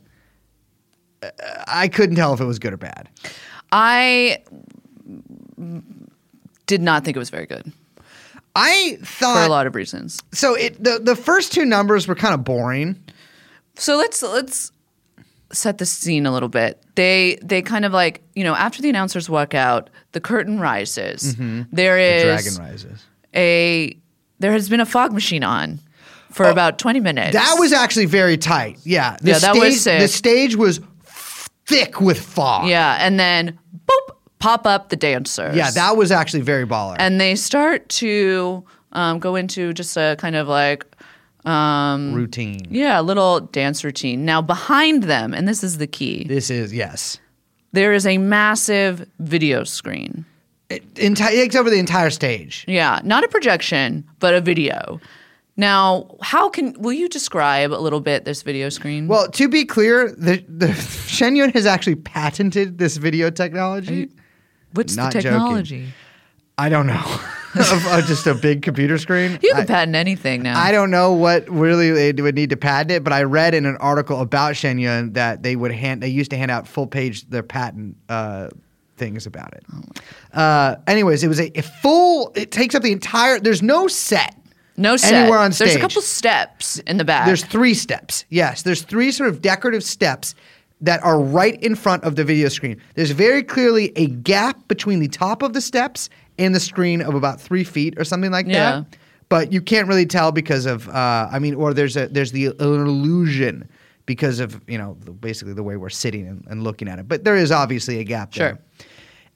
Speaker 2: uh, I couldn't tell if it was good or bad.
Speaker 1: I did not think it was very good
Speaker 2: I
Speaker 1: for a
Speaker 2: thought
Speaker 1: lot of reasons.
Speaker 2: so. It the the first two numbers were kind of boring.
Speaker 1: So let's let's set the scene a little bit. They they kind of like you know after the announcers walk out, the curtain rises. There is
Speaker 2: Mm-hmm. Dragon rises.
Speaker 1: a there has been a fog machine on for about twenty minutes.
Speaker 2: Oh, That was actually very tight. Yeah. The
Speaker 1: Yeah, that was
Speaker 2: stage- The
Speaker 1: sick.
Speaker 2: stage was thick with fog.
Speaker 1: yeah, and then boop pop up the dancers.
Speaker 2: Yeah, that was actually very baller.
Speaker 1: and they start to um, go into just a kind of like um,
Speaker 2: Routine.
Speaker 1: yeah a little dance routine. Now behind them, and this is the key,
Speaker 2: This is yes.
Speaker 1: there is a massive video screen.
Speaker 2: It, enti- it takes over the entire stage.
Speaker 1: Yeah, not a projection, but a video. Now, how can will you describe a little bit this video screen?
Speaker 2: Well, to be clear, the, the [laughs] Shenyun has actually patented this video technology.
Speaker 1: what's
Speaker 2: not
Speaker 1: the
Speaker 2: joking.
Speaker 1: technology?
Speaker 2: I don't know. [laughs] Of- of just a big computer screen.
Speaker 1: You can
Speaker 2: I-
Speaker 1: patent anything now.
Speaker 2: I don't know what really they would need to patent it, but I read in an article about Shenyun that they would hand they used to hand out full page their patent uh, things about it.
Speaker 1: Oh
Speaker 2: Uh, anyways, it was a, a full. It takes up the entire. There's no set.
Speaker 1: no set.
Speaker 2: Anywhere on
Speaker 1: There's a
Speaker 2: stage.
Speaker 1: couple steps in the back.
Speaker 2: There's three steps. Yes, there's three sort of decorative steps that are right in front of the video screen. There's very clearly a gap between the top of the steps and the screen of about three feet or something like
Speaker 1: Yeah.
Speaker 2: that. But you can't really tell because of, uh, I mean, or there's a there's the illusion because of you know the, basically the way we're sitting and, and looking at it. But there is obviously a gap.
Speaker 1: Sure.
Speaker 2: There.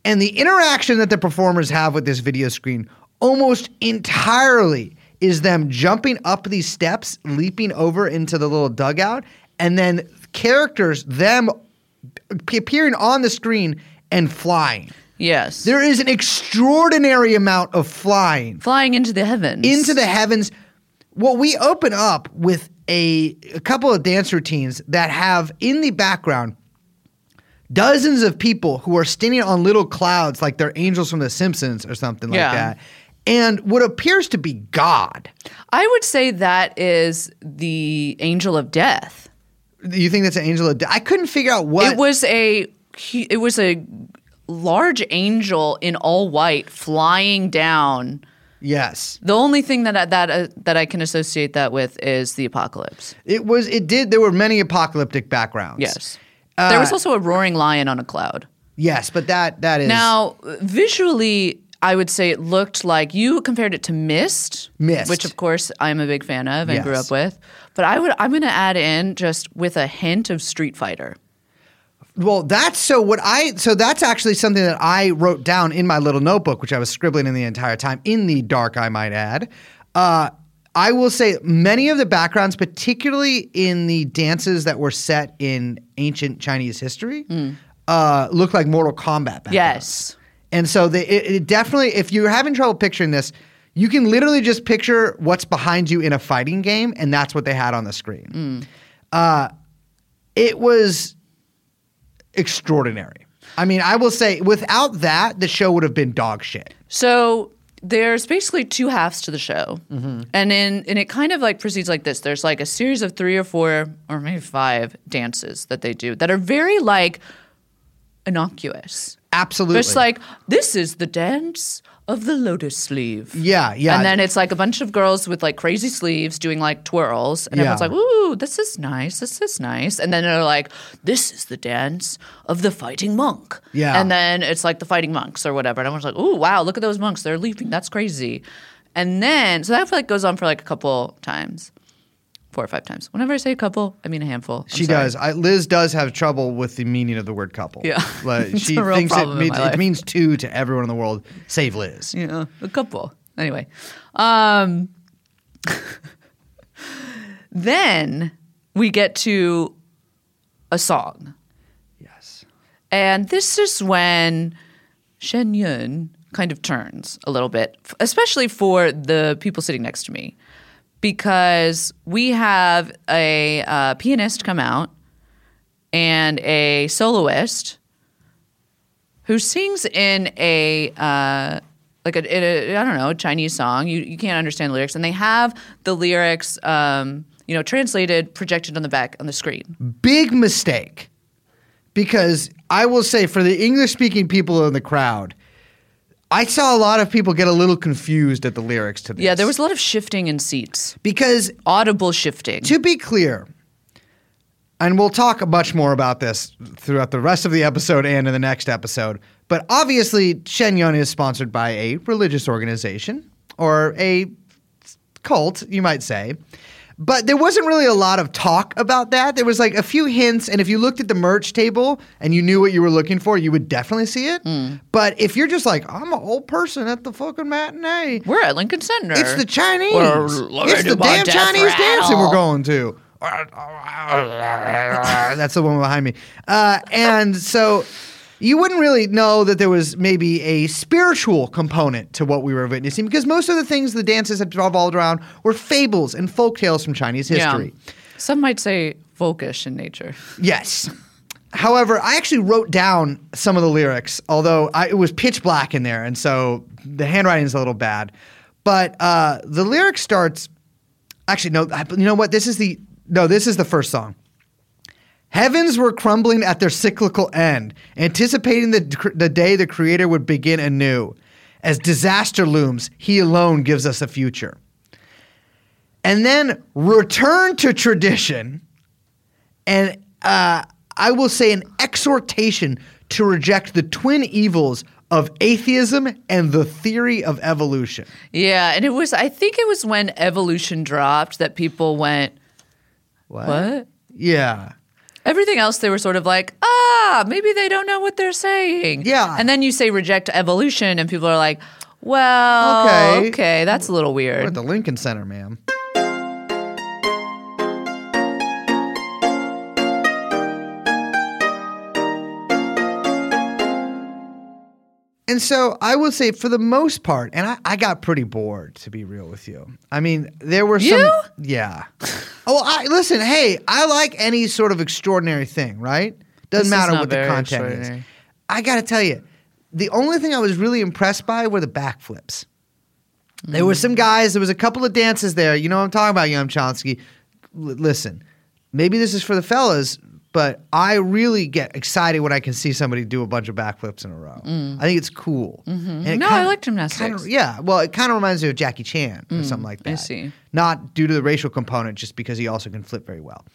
Speaker 2: And the interaction that the performers have with this video screen almost entirely is them jumping up these steps, leaping over into the little dugout, and then characters, them p- appearing on the screen and flying.
Speaker 1: yes.
Speaker 2: There is an extraordinary amount of flying
Speaker 1: flying into the heavens.
Speaker 2: into the heavens. Well, we open up with a, a couple of dance routines that have in the background dozens of people who are standing on little clouds like they're angels from The Simpsons or something
Speaker 1: Yeah.
Speaker 2: like that. And what appears to be God.
Speaker 1: I would say that is the angel of death.
Speaker 2: You think that's an angel? Of de- I couldn't figure out what.
Speaker 1: It was a he- it was a large angel in all white flying down.
Speaker 2: yes.
Speaker 1: The only thing that I, that uh, that I can associate that with is the apocalypse.
Speaker 2: It was, it did. There were many apocalyptic backgrounds.
Speaker 1: Yes. there was also a roaring lion on a cloud.
Speaker 2: Yes, but that, that Uh, is
Speaker 1: Now, visually, I would say it looked like you compared it to Mist,
Speaker 2: Mist.
Speaker 1: which of course I'm a big fan of and grew
Speaker 2: Yes.
Speaker 1: up with. But I would I'm going to add in just with a hint of Street Fighter.
Speaker 2: Uh-huh. Well, that's so what I so that's actually something that I wrote down in my little notebook, which I was scribbling in the entire time in the dark, I might add. Uh, I will say many of the backgrounds, particularly in the dances that were set in ancient Chinese history, uh, look like Mortal Kombat backgrounds.
Speaker 1: Yes.
Speaker 2: And so they, it, it definitely, if you're having trouble picturing this, you can literally just picture what's behind you in a fighting game, and that's what they had on the screen.
Speaker 1: Mm.
Speaker 2: Uh, it was extraordinary. I mean, I will say, without that, the show would have been dog shit.
Speaker 1: So there's basically two halves to the show,
Speaker 2: Mm-hmm.
Speaker 1: and in and it kind of like proceeds like this. There's like a series of three or four or maybe five dances that they do that are very like innocuous.
Speaker 2: Absolutely.
Speaker 1: Just like this is the dance of the lotus sleeve.
Speaker 2: Yeah, yeah.
Speaker 1: And then it's like a bunch of girls with like crazy sleeves doing like twirls, and
Speaker 2: Yeah.
Speaker 1: everyone's like, "Ooh, this is nice. This is nice." And then they're like, "This is the dance of the fighting monk."
Speaker 2: Yeah.
Speaker 1: And then it's like the fighting monks or whatever, and everyone's like, "Ooh, wow, look at those monks. They're leaping. That's crazy." And then so that like goes on for like a couple times, four or five times. Whenever I say a couple, I mean a handful. I'm
Speaker 2: she
Speaker 1: sorry.
Speaker 2: does. I, Liz does have trouble with the meaning of the word couple.
Speaker 1: Yeah. [laughs]
Speaker 2: Like,
Speaker 1: It's
Speaker 2: she
Speaker 1: a real
Speaker 2: thinks it
Speaker 1: problem in
Speaker 2: means,
Speaker 1: my life.
Speaker 2: it means two to everyone in the world, save Liz.
Speaker 1: Yeah, a couple. Anyway, um, [laughs] then we get to a song,
Speaker 2: Yes.
Speaker 1: and this is when Shen Yun kind of turns a little bit, f- especially for the people sitting next to me, because we have a uh, pianist come out and a soloist who sings in a uh, like a, in a I don't know a Chinese song. You you can't understand the lyrics, and they have the lyrics um, you know translated projected on the back on the screen.
Speaker 2: big mistake because I will say for the English speaking people in the crowd, I saw a lot of people get a little confused at the lyrics to this.
Speaker 1: Yeah, there was a lot of shifting in seats,
Speaker 2: because
Speaker 1: audible shifting.
Speaker 2: to be clear, and we'll talk much more about this throughout the rest of the episode and in the next episode. But obviously, Shenyun is sponsored by a religious organization or a cult, you might say. But there wasn't really a lot of talk about that. There was like a few hints, and if you looked at the merch table and you knew what you were looking for, you would definitely see it. But if you're just like, I'm an old person at the fucking matinee,
Speaker 1: We're at Lincoln Center.
Speaker 2: it's the Chinese.
Speaker 1: Well, look
Speaker 2: it's
Speaker 1: at
Speaker 2: the
Speaker 1: my
Speaker 2: damn
Speaker 1: death
Speaker 2: Chinese dancing we're
Speaker 1: rattle.
Speaker 2: going to. [laughs] That's the one behind me. Uh, and so you wouldn't really know that there was maybe a spiritual component to what we were witnessing because most of the things the dances had revolved around were fables and folk tales from Chinese history.
Speaker 1: Some might say folkish in nature.
Speaker 2: Yes. However, I actually wrote down some of the lyrics, although I, it was pitch black in there, and so the handwriting's a little bad. But uh, the lyric starts. Actually, no. I- You know what? This is the no. This is the first song. Heavens were crumbling at their cyclical end, anticipating the, the day the Creator would begin anew. As disaster looms, He alone gives us a future. And then return to tradition and uh, I will say an exhortation to reject the twin evils of atheism and the theory of evolution.
Speaker 1: Yeah, and it was. I think it was when evolution dropped that people went, "What?"
Speaker 2: Yeah.
Speaker 1: Everything else, they were sort of like, "Ah, maybe they don't know what they're saying."
Speaker 2: Yeah.
Speaker 1: and then you say reject evolution, and people are like, "Well,
Speaker 2: Okay.
Speaker 1: okay, that's a little
Speaker 2: We're at
Speaker 1: weird."
Speaker 2: the Lincoln Center, ma'am. And so I will say, for the most part, and I, I got pretty bored, to be real with you. I mean, there were some.
Speaker 1: You?
Speaker 2: Yeah. Oh, I, listen, hey, I like any sort of extraordinary thing, right?
Speaker 1: This
Speaker 2: Doesn't
Speaker 1: is
Speaker 2: matter
Speaker 1: not
Speaker 2: what the
Speaker 1: very
Speaker 2: content is.
Speaker 1: extraordinary.
Speaker 2: I got to tell you, the only thing I was really impressed by were the backflips. There
Speaker 1: Mm-hmm.
Speaker 2: were some guys, there was a couple of dances there. You know what I'm talking about, Yum Chomsky. L- listen, maybe this is for the fellas, but I really get excited when I can see somebody do a bunch of backflips in a row. I think it's cool. And it
Speaker 1: Mm. Mm-hmm. No,
Speaker 2: kinda-
Speaker 1: I like gymnastics.
Speaker 2: kinda- yeah, well, it kind of reminds me of Jackie Chan or something like that.
Speaker 1: Mm, I see.
Speaker 2: Not due to the racial component, just because he also can flip very well.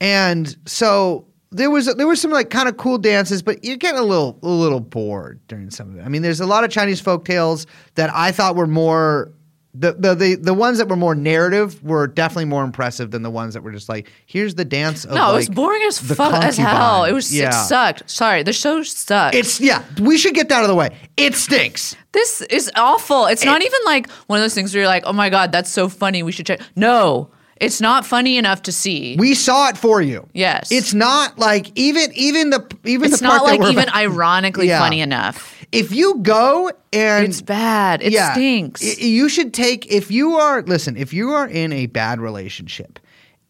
Speaker 2: And so there was there were some like kind of cool dances, but you're getting a little a little bored during some of it. I mean, there's a lot of Chinese folk tales that I thought were more the, the the the ones that were more narrative were definitely more impressive than the ones that were just like here's the dance of
Speaker 1: No, it was
Speaker 2: like,
Speaker 1: boring as
Speaker 2: the
Speaker 1: fuck as hell.
Speaker 2: concubine.
Speaker 1: It was
Speaker 2: Yeah.
Speaker 1: it sucked. Sorry, the show sucked.
Speaker 2: It's yeah, we should get that out of the way. It stinks.
Speaker 1: This is awful. It's not even like one of those things where you're like, oh my God, that's so funny. We should check. No, it's not funny enough to see.
Speaker 2: We saw it for you.
Speaker 1: Yes.
Speaker 2: It's not like even even the even
Speaker 1: it's
Speaker 2: the part
Speaker 1: not like
Speaker 2: that we're
Speaker 1: even ironically
Speaker 2: Yeah.
Speaker 1: funny enough.
Speaker 2: if you go and
Speaker 1: It's bad. It
Speaker 2: yeah,
Speaker 1: stinks.
Speaker 2: y- you should take if you are listen if you are in a bad relationship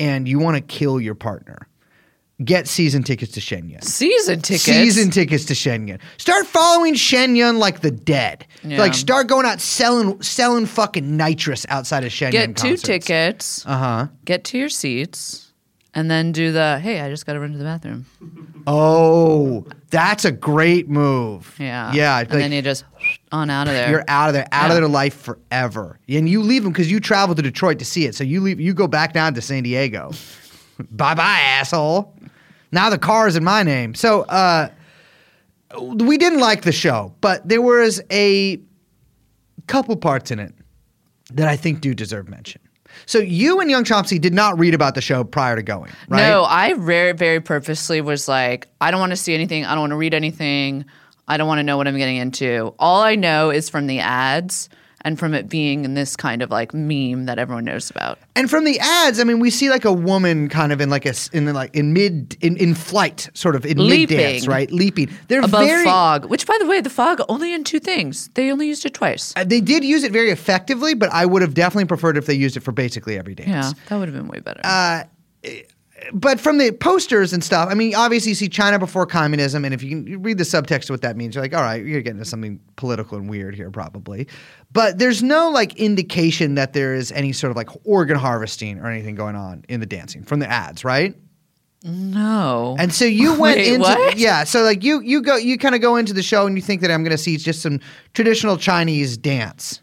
Speaker 2: and you want to kill your partner, get season tickets to Shenyun.
Speaker 1: season tickets.
Speaker 2: Season tickets to Shenyun. Start following Shenyun like the dead.
Speaker 1: Yeah.
Speaker 2: Like start going out selling selling fucking nitrous outside of Shenyun.
Speaker 1: Get two
Speaker 2: concerts.
Speaker 1: tickets.
Speaker 2: Uh huh.
Speaker 1: Get to your seats. And then do the, hey, I just got to run to the bathroom.
Speaker 2: Oh, that's a great move.
Speaker 1: Yeah.
Speaker 2: Yeah.
Speaker 1: And
Speaker 2: like-
Speaker 1: then you just on out of there.
Speaker 2: You're out of there, out of
Speaker 1: Yeah.
Speaker 2: their life forever. And you leave them because you traveled to Detroit to see it. So you leave, you go back down to
Speaker 1: [laughs]
Speaker 2: San Diego. bye bye, asshole. Now the car is in my name. So uh, we didn't like the show, but there was a couple parts in it that I think do deserve mention. So you and Young Chomsky did not read about the show prior to going, right?
Speaker 1: No, I very, very purposely was like, I don't want to see anything. I don't want to read anything. I don't want to know what I'm getting into. All I know is from the ads and from it being in this kind of like meme that everyone knows about.
Speaker 2: And from the ads, I mean, we see like a woman kind of in like a s- in like in mid in, in flight, sort of in mid dance,
Speaker 1: Leaping.
Speaker 2: right? Leaping. They're
Speaker 1: Above
Speaker 2: very.
Speaker 1: fog, which by the way, the fog only in two things. They only used it twice.
Speaker 2: uh, They did use it very effectively, but I would have definitely preferred if they used it for basically every dance.
Speaker 1: Yeah, that would have been way better.
Speaker 2: Uh, but from the posters and stuff, I mean, obviously you see China before communism, and if you can you read the subtext of what that means, you're like, all right, you're getting into something political and weird here, probably. But there's no like indication that there is any sort of like organ harvesting or anything going on in the dancing from the ads, right?
Speaker 1: no.
Speaker 2: And
Speaker 1: [laughs]
Speaker 2: so you went
Speaker 1: Wait,
Speaker 2: into
Speaker 1: what?
Speaker 2: yeah, so like you you go you kind of go into the show and you think that I'm going to see just some traditional Chinese dance.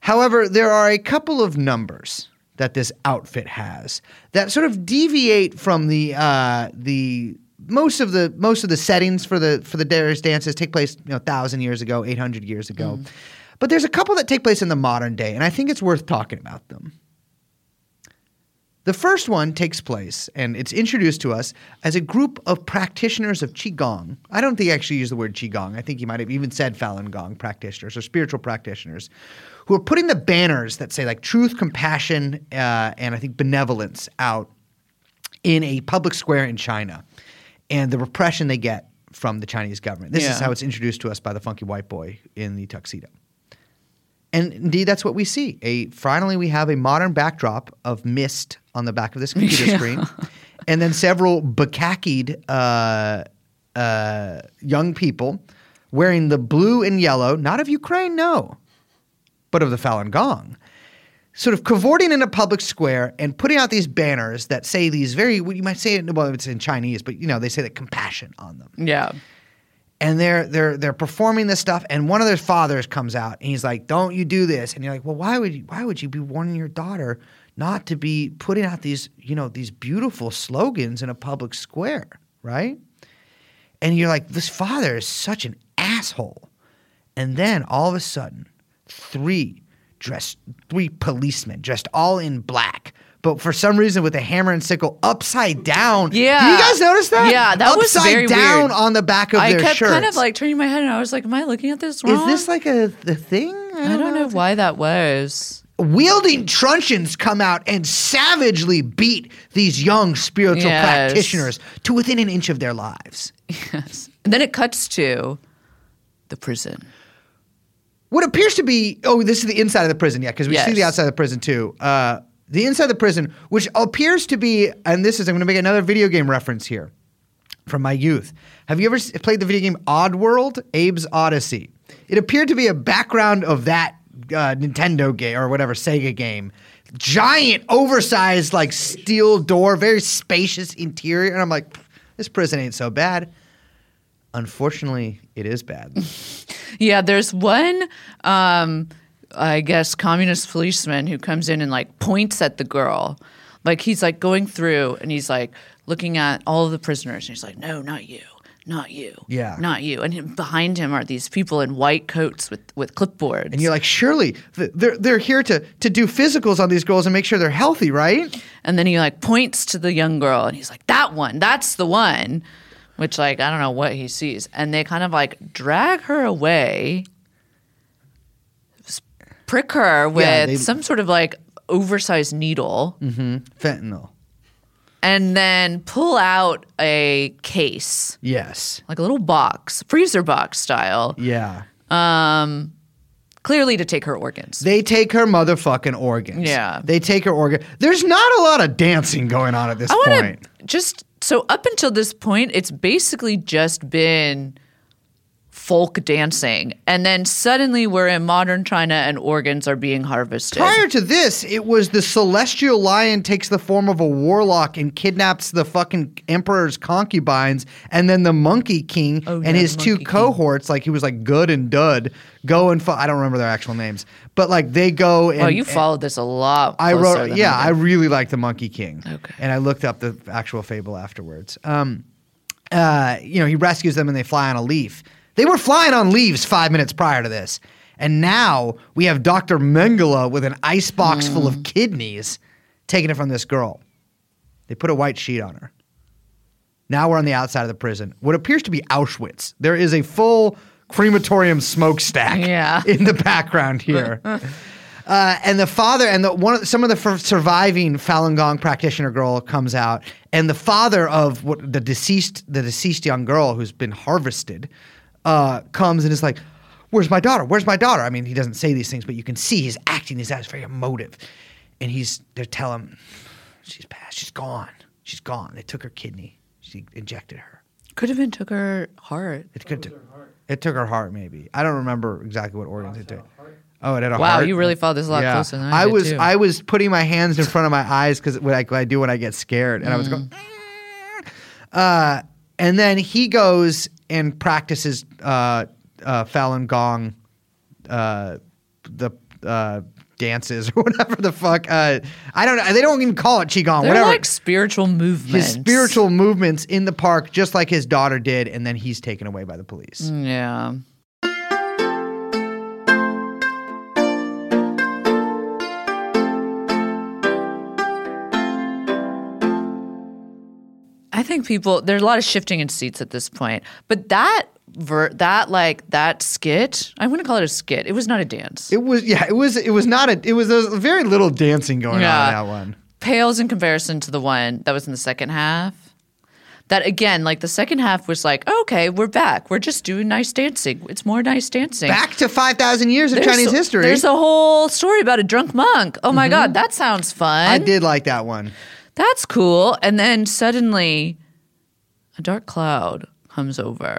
Speaker 2: However, there are a couple of numbers that this outfit has that sort of deviate from the uh, the most of the most of the settings for the for the various dances take place you know thousand years ago, eight hundred years ago.
Speaker 1: Mm.
Speaker 2: But there's a couple that take place in the modern day, and I think it's worth talking about them. The first one takes place, and it's introduced to us as a group of practitioners of Qigong. I don't think he actually used the word Qigong. I think he might have even said Falun Gong practitioners or spiritual practitioners who are putting the banners that say, like, truth, compassion, uh, and I think benevolence out in a public square in China and the repression they get from the Chinese government. This is
Speaker 1: Yeah.
Speaker 2: how it's introduced to us by the funky white boy in the tuxedo. And indeed, that's what we see. A finally, we have a modern backdrop of mist on the back of this computer
Speaker 1: Yeah.
Speaker 2: screen, and then several bakakied uh, uh, young people wearing the blue and yellow, not of Ukraine, no, but of the Falun Gong, sort of cavorting in a public square and putting out these banners that say these very what you might say it well it's in Chinese, but you know they say that compassion on them
Speaker 1: Yeah.
Speaker 2: and they're they're they're performing this stuff and one of their fathers comes out and he's like don't you do this and you're like well why would you why would you be warning your daughter not to be putting out these you know these beautiful slogans in a public square right and you're like this father is such an asshole and then all of a sudden three dressed three policemen dressed all in black but for some reason with a hammer and sickle upside down
Speaker 1: Yeah.
Speaker 2: Did you guys notice that
Speaker 1: Yeah, that was
Speaker 2: upside
Speaker 1: very
Speaker 2: down
Speaker 1: weird.
Speaker 2: on the back of
Speaker 1: I
Speaker 2: their
Speaker 1: kept
Speaker 2: shirts
Speaker 1: kind of like turning my head and I was like, am I looking at this
Speaker 2: is
Speaker 1: wrong?
Speaker 2: this like a the thing?
Speaker 1: I don't know why that was. [laughs]
Speaker 2: Wielding truncheons come out and savagely beat these young spiritual
Speaker 1: Yes.
Speaker 2: practitioners to within an inch of their lives.
Speaker 1: Yes. And then it cuts to the prison.
Speaker 2: What appears to be oh, this is the inside of the prison, yeah, because we see
Speaker 1: Yes.
Speaker 2: the outside of the prison too. Uh, the inside of the prison, which appears to be, and this is I'm going to make another video game reference here from my youth. Have you ever s- played the video game Oddworld: Abe's Odyssey? It appeared to be a background of that uh, Nintendo game or whatever Sega game. Giant, oversized, like steel door, very spacious interior, and I'm like, "Pff, this prison ain't so bad. Unfortunately, it is bad.
Speaker 1: Yeah, there's one, um, I guess, communist policeman who comes in and like points at the girl. Like he's like going through and he's like looking at all of the prisoners and he's like, no, not you. Not you.
Speaker 2: Yeah.
Speaker 1: Not you. And him- behind him are these people in white coats with, with clipboards.
Speaker 2: And you're like, surely th- they're they're here to to do physicals on these girls and make sure they're healthy, right?
Speaker 1: And then he like points to the young girl and he's like, that one, that's the one. Which like, I don't know what he sees. And they kind of like drag her away, s- prick her with
Speaker 2: they-
Speaker 1: some sort of like oversized needle,
Speaker 2: Fentanyl.
Speaker 1: and then pull out a case,
Speaker 2: Yes.
Speaker 1: like a little box, freezer box style,
Speaker 2: Yeah.
Speaker 1: clearly to take her organs.
Speaker 2: They take her motherfucking organs.
Speaker 1: Yeah.
Speaker 2: They take her organ. There's not a lot of dancing going on at this
Speaker 1: I want
Speaker 2: point.
Speaker 1: to just so up until this point, it's basically just been folk dancing, and then suddenly we're in modern China, and organs are being harvested.
Speaker 2: Prior to this, it was the celestial lion takes the form of a warlock and kidnaps the fucking emperor's concubines, and then the monkey king
Speaker 1: Oh, yeah,
Speaker 2: and his
Speaker 1: the
Speaker 2: two
Speaker 1: Monkey King.
Speaker 2: cohorts, like he was like Good and Dud, go and fu- I don't remember their actual names, but like they go and
Speaker 1: oh, you followed this a lot.
Speaker 2: I
Speaker 1: closer
Speaker 2: wrote,
Speaker 1: than
Speaker 2: yeah, I
Speaker 1: did.
Speaker 2: really liked The Monkey King.
Speaker 1: Okay.
Speaker 2: And I looked up the actual fable afterwards. Um, uh, you know, he rescues them and they fly on a leaf. They were flying on leaves five minutes prior to this. And now we have Dr. Mengele with an ice box full
Speaker 1: Hmm.
Speaker 2: of kidneys taking it from this girl. They put a white sheet on her. Now we're on the outside of the prison, what appears to be Auschwitz. There is a full crematorium smokestack
Speaker 1: Yeah.
Speaker 2: [laughs] in the background here. Uh, and the father and the one of, some of the fir- surviving Falun Gong practitioner girl comes out, and the father of what the deceased the deceased young girl who's been harvested uh, comes and is like, "Where's my daughter? Where's my daughter?" I mean, he doesn't say these things, but you can see he's acting. He's that's very emotive, and he's they're telling him, "She's passed. She's gone. She's gone. They took her kidney. She injected her.
Speaker 1: could have been took her heart.
Speaker 2: It could." It took her heart, maybe. I don't remember exactly what organs it took. Oh, it had a
Speaker 1: Wow,
Speaker 2: heart.
Speaker 1: you really followed this a lot closer than I, did,
Speaker 2: was
Speaker 1: too.
Speaker 2: I was putting my hands in front of my eyes because what I, what I do when I get scared, and I
Speaker 1: Mm.
Speaker 2: was going. Uh, and then he goes and practices uh, uh, Falun Gong, uh, the uh, dances [laughs] or whatever the fuck. Uh, I don't know. They don't even call it qigong.
Speaker 1: They're
Speaker 2: whatever.
Speaker 1: like spiritual movements.
Speaker 2: his spiritual movements in the park, just like his daughter did, and then he's taken away by the police.
Speaker 1: Yeah. I think people there's a lot of shifting in seats at this point. But that ver- that like that skit, I wouldn't call it a skit. It was not a dance.
Speaker 2: It was yeah. It was it was not a. It was there was very little dancing going
Speaker 1: Yeah.
Speaker 2: on in that one.
Speaker 1: pales in comparison to the one that was in the second half. That again, like the second half was like, okay, we're back. We're just doing nice dancing. It's more nice dancing.
Speaker 2: Back to five thousand years of Chinese
Speaker 1: a-
Speaker 2: history. Mm-hmm.
Speaker 1: There's a whole story about a drunk monk. Oh my god, that sounds fun.
Speaker 2: I did like that one.
Speaker 1: That's cool. And then suddenly, a dark cloud comes over,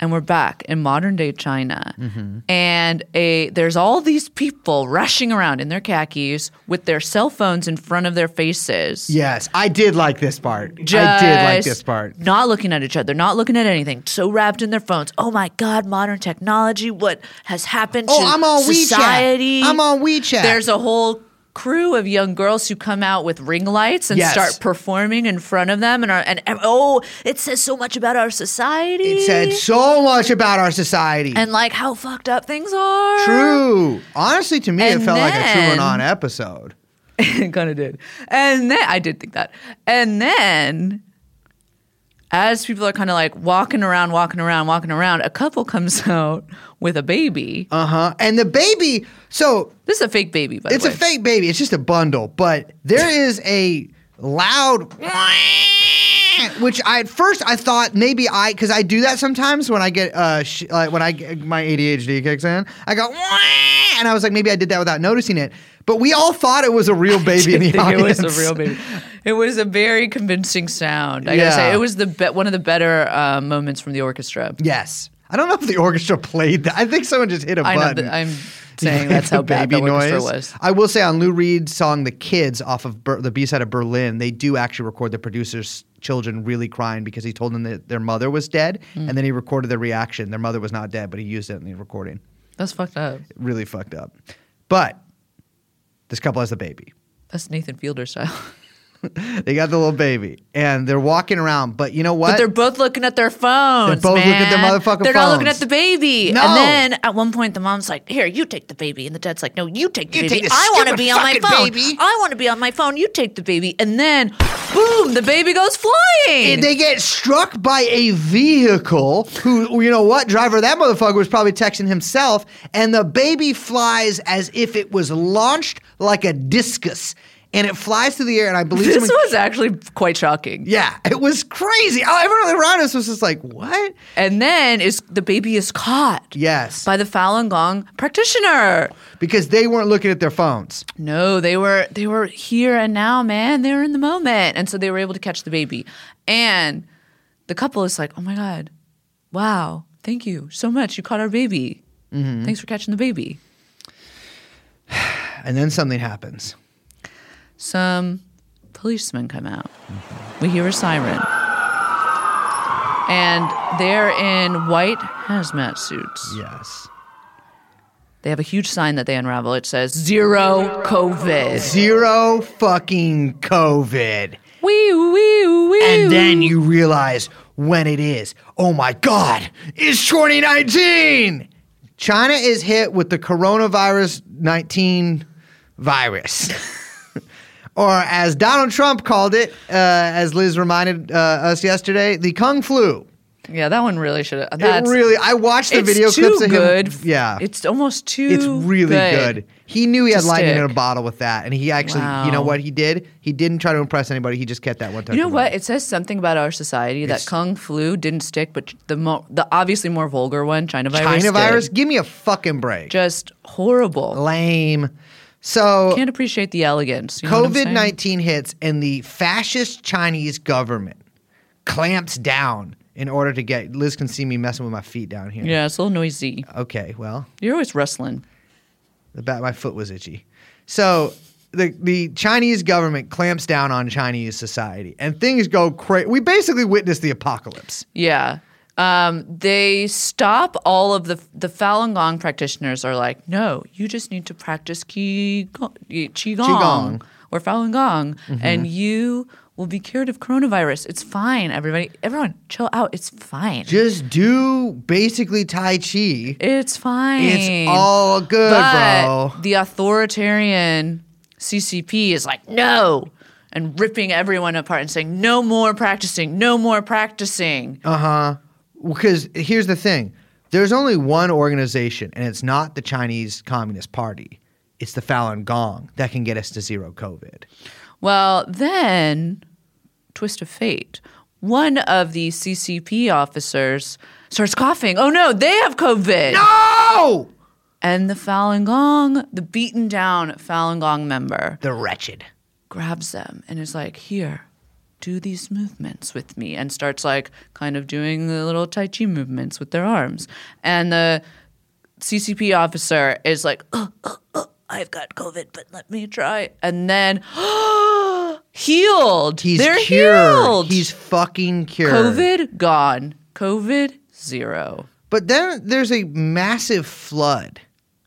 Speaker 1: and we're back in modern day China.
Speaker 2: Mm-hmm.
Speaker 1: And a there's all these people rushing around in their khakis with their cell phones in front of their faces.
Speaker 2: Yes, I did like this part. I
Speaker 1: Just
Speaker 2: did like this part.
Speaker 1: Not looking at each other, not looking at anything, so wrapped in their phones. Oh my God, modern technology, what has happened
Speaker 2: Oh,
Speaker 1: to
Speaker 2: I'm on
Speaker 1: society?
Speaker 2: WeChat. I'm on WeChat.
Speaker 1: There's a whole crew of young girls who come out with ring lights and
Speaker 2: Yes.
Speaker 1: start performing in front of them and are and, and- oh, it says so much about our society.
Speaker 2: it said so much about our society.
Speaker 1: and like how fucked up things are.
Speaker 2: true. Honestly, to me, it
Speaker 1: And
Speaker 2: felt like a true
Speaker 1: then-
Speaker 2: and on episode.
Speaker 1: [laughs] it kind of did. And then I did think that. And then as people are kind of like walking around, walking around, walking around, a couple comes [laughs] out with a baby.
Speaker 2: Uh huh. And the baby. So
Speaker 1: This is a fake baby, by
Speaker 2: it's
Speaker 1: the
Speaker 2: a
Speaker 1: way.
Speaker 2: fake baby. It's just a bundle. But
Speaker 1: [laughs]
Speaker 2: there is a loud, [laughs] which I at first I thought maybe I because I do that sometimes when I get uh sh- like when I get, my ADHD kicks in. I go and I was like maybe I did that without noticing it. But we all thought it was
Speaker 1: [laughs]
Speaker 2: a real baby in the
Speaker 1: Think [laughs]
Speaker 2: audience.
Speaker 1: It was a real baby. It was a very convincing sound. I
Speaker 2: Yeah.
Speaker 1: gotta say, it was the be- one of the better uh, moments from the orchestra.
Speaker 2: [laughs] Yes. I don't know if the orchestra played that. I think someone just hit a
Speaker 1: I know
Speaker 2: button.
Speaker 1: that I'm
Speaker 2: [laughs]
Speaker 1: saying that's how bad the orchestra was.
Speaker 2: I will say on Lou Reed's song "The Kids" off of Ber- the B side of Berlin, they do actually record the producer's children really crying because he told them that their mother was dead,
Speaker 1: Mm.
Speaker 2: and then he recorded their reaction. Their mother was not dead, but he used it in the recording.
Speaker 1: That's fucked up.
Speaker 2: Really fucked up. But this couple has the baby. [laughs]
Speaker 1: That's Nathan Fielder style.
Speaker 2: They got the little baby, and they're walking around. But you know what?
Speaker 1: But they're both looking at their phones.
Speaker 2: They're both looking at their
Speaker 1: man.
Speaker 2: motherfucking
Speaker 1: They're not looking
Speaker 2: phones.
Speaker 1: at the baby.
Speaker 2: No.
Speaker 1: And then at one point, the mom's like, "Here, you take the baby," and the dad's like, "No, you take the
Speaker 2: You
Speaker 1: baby.
Speaker 2: take the
Speaker 1: I want to
Speaker 2: stupid
Speaker 1: be on my
Speaker 2: fucking
Speaker 1: phone.
Speaker 2: baby."
Speaker 1: I want to be on my phone. You take the baby." And then, boom, the baby goes flying.
Speaker 2: And they get struck by a vehicle who, you know what, driver, that motherfucker was probably texting himself. And the baby flies as if it was launched like a discus. And it flies through the air. And I
Speaker 1: [laughs]
Speaker 2: believe
Speaker 1: this
Speaker 2: someone-
Speaker 1: was actually quite shocking.
Speaker 2: Yeah, it was crazy. Oh, everyone around us was just like, what?
Speaker 1: And then is the baby is caught
Speaker 2: Yes.
Speaker 1: by the Falun Gong practitioner.
Speaker 2: because they weren't looking at their phones.
Speaker 1: No, they were they were here and now, man. They were in the moment, and so they were able to catch the baby. And the couple is like, "Oh my god, wow, thank you so much. You caught our baby. Thanks for catching the baby."
Speaker 2: And then something happens.
Speaker 1: Some policemen come out. We hear a siren, and they're in white hazmat suits.
Speaker 2: Yes.
Speaker 1: They have a huge sign that they unravel. It says zero COVID.
Speaker 2: Zero fucking COVID.
Speaker 1: Wee wee wee.
Speaker 2: And then you realize when it is. Oh my God, it's 2019. China is hit with the coronavirus 19 virus. [laughs] or as Donald Trump called it, uh, as Liz reminded uh, us yesterday, the Kung Flu.
Speaker 1: Yeah, that one really should have. That's
Speaker 2: it really, I watched the
Speaker 1: it's
Speaker 2: video
Speaker 1: too
Speaker 2: clips of
Speaker 1: good.
Speaker 2: him. Yeah.
Speaker 1: it's almost too.
Speaker 2: It's really good. He knew he had
Speaker 1: to
Speaker 2: lightning in a
Speaker 1: stick.
Speaker 2: bottle with that. And he actually, you know
Speaker 1: Wow.
Speaker 2: what he did? He didn't try to impress anybody. He just kept that one
Speaker 1: You know
Speaker 2: tucked away.
Speaker 1: what? It says something about our society
Speaker 2: It's-
Speaker 1: that kung flu didn't stick, but the mo- the obviously more vulgar one, China virus.
Speaker 2: China
Speaker 1: did.
Speaker 2: virus? Give me a fucking break.
Speaker 1: just horrible.
Speaker 2: lame. So
Speaker 1: Can't appreciate the elegance. you know what I'm
Speaker 2: Oh. COVID
Speaker 1: saying?
Speaker 2: 19 hits, and the fascist Chinese government clamps down in order to get Liz can see me messing with my feet down here.
Speaker 1: Yeah, it's a little noisy.
Speaker 2: Okay, well,
Speaker 1: You're always rustling.
Speaker 2: the back my foot was itchy. So the the Chinese government clamps down on Chinese society and things go crazy. We basically witnessed the apocalypse.
Speaker 1: Yeah. Um, they stop all of the the Falun Gong practitioners are like, no, you just need to practice qi qigong,
Speaker 2: Qigong.
Speaker 1: qigong or Falun Gong,
Speaker 2: Mm-hmm.
Speaker 1: and you will be cured of coronavirus. It's fine, everybody. Everyone, chill out. It's fine.
Speaker 2: Just do basically Tai Chi.
Speaker 1: It's fine.
Speaker 2: It's all good,
Speaker 1: But
Speaker 2: bro.
Speaker 1: the authoritarian CCP is like, no, and ripping everyone apart and saying, no more practicing, no more practicing.
Speaker 2: Because here's the thing there's only one organization, and it's not the Chinese Communist Party. It's the Falun Gong that can get us to zero COVID.
Speaker 1: Well, then, twist of fate, one of the CCP officers starts coughing. Oh no, they have COVID. Oh!
Speaker 2: No!
Speaker 1: And the Falun Gong, the beaten down Falun Gong member,
Speaker 2: The wretched.
Speaker 1: grabs them and is like, Here, do these movements with me. And starts like kind of doing the little Tai Chi movements with their arms. And the CCP officer is like, "Ugh, ugh, ugh, I've got COVID, but let me try. And then [gasps] healed.
Speaker 2: He's
Speaker 1: They're
Speaker 2: cured.
Speaker 1: healed.
Speaker 2: He's fucking cured.
Speaker 1: COVID gone. COVID zero.
Speaker 2: But then there's a
Speaker 1: [laughs]
Speaker 2: massive flood.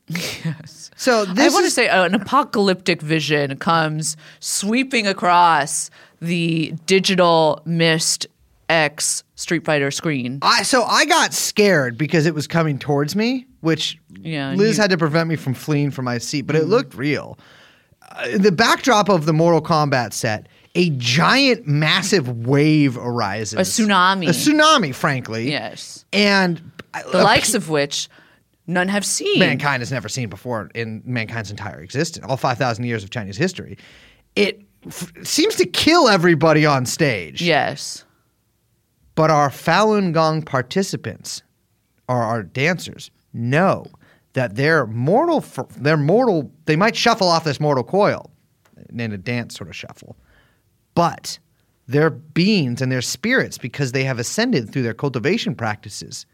Speaker 2: Yes. So this
Speaker 1: I want to
Speaker 2: is-
Speaker 1: say uh, an apocalyptic vision comes sweeping across the digital mist X Street Fighter screen.
Speaker 2: I so I got scared because it was coming towards me, which
Speaker 1: Yeah,
Speaker 2: Liz
Speaker 1: you- Mm.
Speaker 2: had to prevent me from fleeing from my seat, but it looked real. Uh, the backdrop of the Mortal Kombat set, a giant, massive wave arises. A
Speaker 1: tsunami.
Speaker 2: A tsunami, frankly.
Speaker 1: Yes.
Speaker 2: And
Speaker 1: The likes of which none have seen.
Speaker 2: mankind has never seen before in mankind's entire existence, all 5,000 years of Chinese history. It f- seems to kill everybody on stage.
Speaker 1: Yes.
Speaker 2: But our Falun Gong participants, or our dancers, know that their mortal, fr- their mortal, they might shuffle off this mortal coil in a dance sort of shuffle, but their beings and their spirits, because they have ascended through their cultivation practices,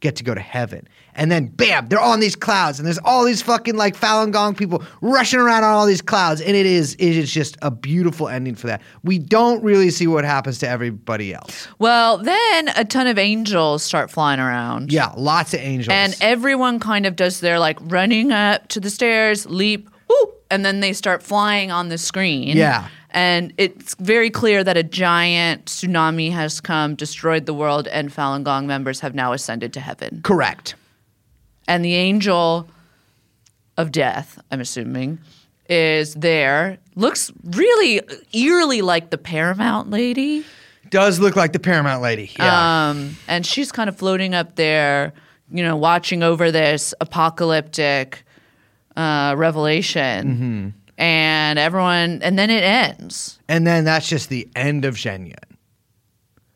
Speaker 2: get to go to heaven. And then bam, they're on these clouds, and there's all these fucking like Falun Gong people rushing around on all these clouds, and it is it is just a beautiful ending for that. We don't really see what happens to everybody else.
Speaker 1: Well, then a ton of angels start flying around.
Speaker 2: Yeah, lots of angels.
Speaker 1: And everyone kind of does their like running up to the stairs, leap, whoop, and then they start flying on the screen.
Speaker 2: Yeah.
Speaker 1: And it's very clear that a giant tsunami has come, destroyed the world, and Falun Gong members have now ascended to heaven.
Speaker 2: correct.
Speaker 1: And the angel of death, I'm assuming, is there. Looks really eerily like the Paramount lady.
Speaker 2: Does look like the Paramount lady. Yeah.
Speaker 1: Um, and she's kind of floating up there, you know, watching over this apocalyptic uh, revelation.
Speaker 2: Mm-hmm.
Speaker 1: And everyone, and then it ends,
Speaker 2: and then that's just the end of Shenyun.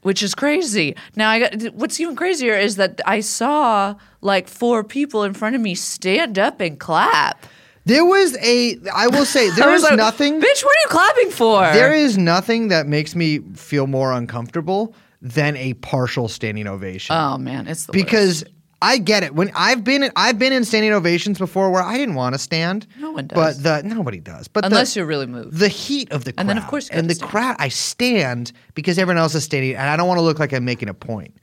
Speaker 1: which is crazy. Now, I got, what's even crazier is that I saw like four people in front of me stand up and clap.
Speaker 2: There was a I
Speaker 1: [laughs]
Speaker 2: will say
Speaker 1: I
Speaker 2: there
Speaker 1: was
Speaker 2: is
Speaker 1: like,
Speaker 2: nothing
Speaker 1: Bitch, what are you clapping for?
Speaker 2: there is nothing that makes me feel more uncomfortable than a partial standing ovation.
Speaker 1: oh man, it's the worst.
Speaker 2: because I get it. When I've been in, I've been in standing ovations before where I didn't want to stand.
Speaker 1: No one does.
Speaker 2: But the nobody does. But the-
Speaker 1: unless you're really moved.
Speaker 2: the heat of the crowd
Speaker 1: And then, of course, you
Speaker 2: and
Speaker 1: gotta
Speaker 2: the
Speaker 1: stand.
Speaker 2: crowd I stand because everyone else is standing and I don't want to look like I'm making a point.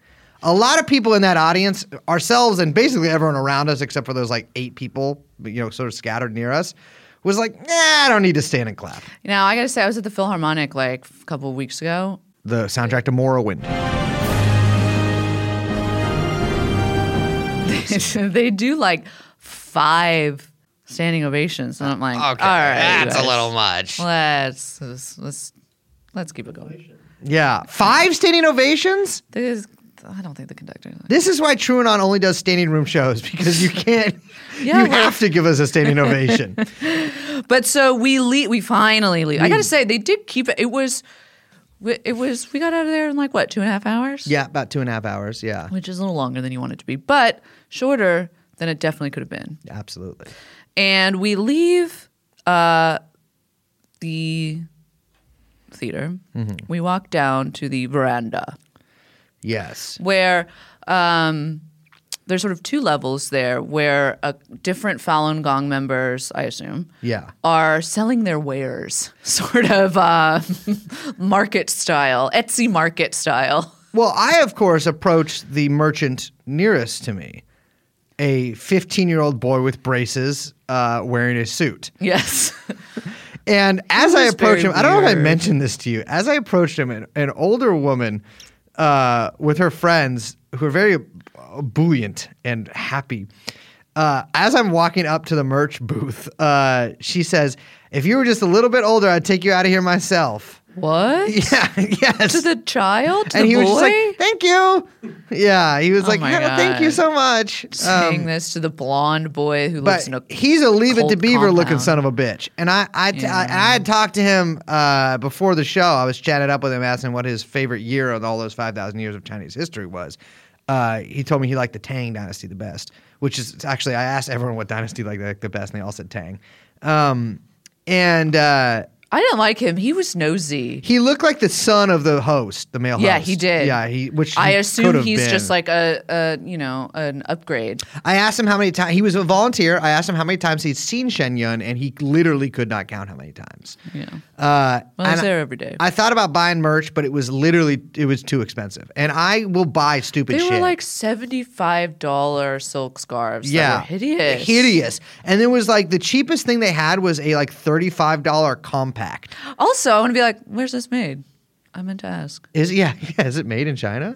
Speaker 2: A lot of people in that audience, ourselves and basically everyone around us except for those like eight people, you know, sort of scattered near us, was like, "Nah, I don't need to stand and clap."
Speaker 1: now I gotta say, I was at the Philharmonic like a couple of weeks ago,
Speaker 2: The soundtrack to Morrowind.
Speaker 6: [laughs]
Speaker 1: they do like five standing ovations, and I'm like, all right,
Speaker 6: that's
Speaker 1: guys,
Speaker 6: a little much.
Speaker 1: Let's let's let's, let's keep it going.
Speaker 2: Yeah, five standing ovations.
Speaker 1: This, I don't think the conductor.
Speaker 2: This is why True and On only does standing room shows because
Speaker 1: [laughs]
Speaker 2: you can't.
Speaker 1: Yeah,
Speaker 2: you
Speaker 1: well-
Speaker 2: have to give us a
Speaker 1: [laughs]
Speaker 2: standing ovation.
Speaker 1: But so we leave. We finally leave. I
Speaker 6: Mm.
Speaker 1: gotta say, they did keep it. It was, it was. We got out of there in like what two and a half hours.
Speaker 2: yeah, about two and a half hours. Yeah,
Speaker 1: which is a little longer than you want it to be, but shorter than it definitely could have been.
Speaker 2: absolutely.
Speaker 1: and we leave uh, the theater.
Speaker 2: Mm-hmm.
Speaker 1: We walk down to the veranda
Speaker 2: Yes.
Speaker 1: where um, there's sort of two levels there where uh, different Falun Gong members, I assume,
Speaker 2: Yeah.
Speaker 1: are selling their [laughs] wares, sort of uh, market style, [laughs] Etsy market style.
Speaker 2: Well, I, of course, approached the merchant nearest to me, a 15 year old boy with braces uh, wearing a suit.
Speaker 1: Yes.
Speaker 2: And as
Speaker 1: It
Speaker 2: I
Speaker 1: was
Speaker 2: approached him,
Speaker 1: very
Speaker 2: I don't know if I
Speaker 1: weird.
Speaker 2: mentioned this to you. As I approached him, an, an older woman uh, with her friends who are very uh, buoyant and happy. Uh, as I'm walking up to the merch booth, uh, she says, "If you were just a little bit older, I'd take you out of here myself." [laughs]
Speaker 1: what?
Speaker 2: Yeah, yes.
Speaker 1: To the child? To
Speaker 2: and
Speaker 1: the
Speaker 2: he
Speaker 1: boy? Oh
Speaker 2: was just like, "Thank you." Yeah, he was like,
Speaker 1: my
Speaker 2: "Yeah, "Thank you
Speaker 1: God.
Speaker 2: so much." Um,
Speaker 1: saying this to the blonde boy who
Speaker 2: but
Speaker 1: lives in a
Speaker 2: he's a leave it to
Speaker 1: cold
Speaker 2: beaver looking
Speaker 1: compound.
Speaker 2: son of a bitch. And I, I, t- I,
Speaker 1: Yeah.
Speaker 2: and I had talked to him uh, before the show. I was chatting up with him, asking what his favorite year of all those five thousand years of Chinese history was. Uh, he told me he liked the Tang Dynasty the best, which is it's actually I asked everyone what dynasty liked the, the best, and they all said Tang. Um, and uh,
Speaker 1: I didn't like him. He was nosy.
Speaker 2: he looked like the son of the host, the male
Speaker 1: Yeah,
Speaker 2: host.
Speaker 1: he did.
Speaker 2: Yeah, he. Which
Speaker 1: I
Speaker 2: he could
Speaker 1: assume
Speaker 2: have
Speaker 1: he's
Speaker 2: been.
Speaker 1: just like a, a you know an upgrade.
Speaker 2: I asked him how many times he was a volunteer. I asked him how many times he'd seen Shen Yun, and he literally could not count how many times.
Speaker 1: Yeah.
Speaker 2: Uh,
Speaker 1: Well, he's
Speaker 2: and
Speaker 1: there every day.
Speaker 2: I thought about buying merch, but it was literally it was too expensive, and I will buy stupid
Speaker 1: They
Speaker 2: shit.
Speaker 1: were like seventy five dollar silk scarves.
Speaker 2: yeah,
Speaker 1: that were hideous.
Speaker 2: hideous. And it was like the cheapest thing they had was a like thirty five dollar compact.
Speaker 1: Also, I want to be like, where's this made? I meant to ask.
Speaker 2: Is yeah, [laughs] yeah, is it made in China?